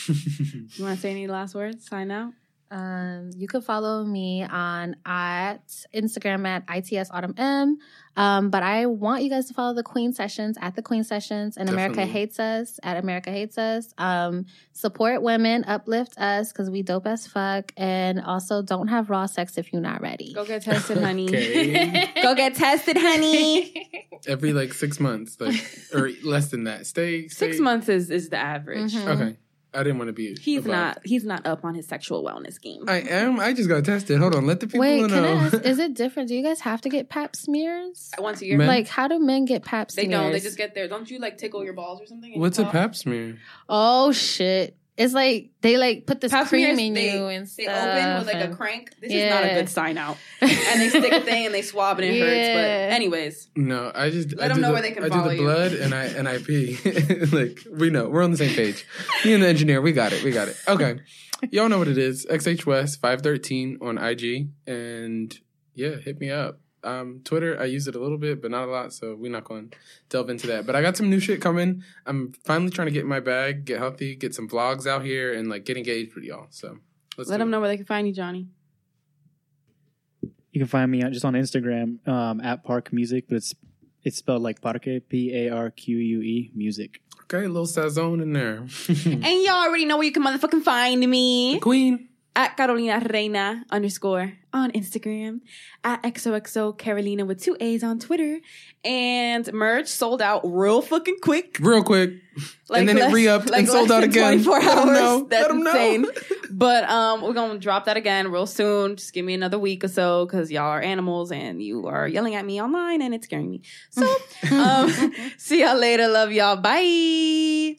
S3: You want to say any last words? Sign out.
S4: Um, you can follow me on at Instagram at ITS Autumn M. Um, but I want you guys to follow the Queen Sessions at the Queen Sessions and America
S5: Definitely.
S4: Hates Us at America Hates Us. Um, support women, uplift us because we dope as fuck, and also don't have raw sex if you're not ready.
S3: Go get tested, honey.
S5: Okay.
S7: Go get tested, honey.
S5: Every like six months, like or less than that. Stay. stay.
S3: Six months is is the average.
S4: Mhm.
S5: Okay. I didn't want to be.
S3: He's
S5: above.
S3: not. He's not up on his sexual wellness game.
S5: I am. I just got tested. Hold on. Let the people
S4: Wait,
S5: know.
S4: can I ask? Is it different? Do you guys have to get Pap smears?
S3: Once a year,
S5: Men-
S4: Like, how do men get Pap
S3: They
S4: smears?
S3: don't. They just get there. Don't you like tickle your balls or something? and
S5: What's
S3: you
S5: a
S3: pop?
S5: pap smear?
S4: Oh shit! It's like they like put this
S3: Pap
S4: cream
S3: smears,
S4: in
S3: they-
S4: you and
S3: They
S4: stuff.
S3: open with like a
S4: and-
S3: crank. This is not
S4: Yeah.
S3: a good sign out. And they stick a thing and they swab and it hurts.
S4: Yeah.
S3: But anyways,
S5: No, I just
S3: Let
S5: I
S3: 'em
S5: do
S3: know
S5: the,
S3: where they can
S5: I do
S3: follow
S5: the
S3: you.
S5: blood and I and I pee. like we know, we're on the same page. Me and the engineer, we got it, we got it. Okay, y'all know what it is. XH West five thirteen on IG, and yeah, hit me up. Um, Twitter, I use it a little bit, but not a lot, so we're not going to delve into that. But I got some new shit coming. I'm finally trying to get in my bag, get healthy, get some vlogs out here, and like get engaged with y'all. So let's
S3: let
S5: do
S3: them
S5: it.
S3: know where they can find you, Johnny.
S6: You can find me on- just on Instagram um, at Park Music, but it's it's spelled like Parque P A R Q U E music.
S5: Okay, a little sazon in there,
S3: And y'all already know where you can motherfucking find me
S5: Queen.
S3: at Carolina Reina underscore on Instagram, at XOXO Carolina with two A's on Twitter, and merch sold out real fucking quick.
S5: Real quick, and then it
S3: less-
S5: re-upped
S3: like
S5: and sold
S3: less
S5: out
S3: than
S5: again.
S3: 24
S5: Let 'em
S3: hours.
S5: know.
S3: That's
S5: Let 'em know.
S3: insane. but um, we're gonna drop that again real soon. Just give me another week or so because y'all are animals and you are yelling at me online and it's scaring me. So, um, see y'all later. Love y'all. Bye.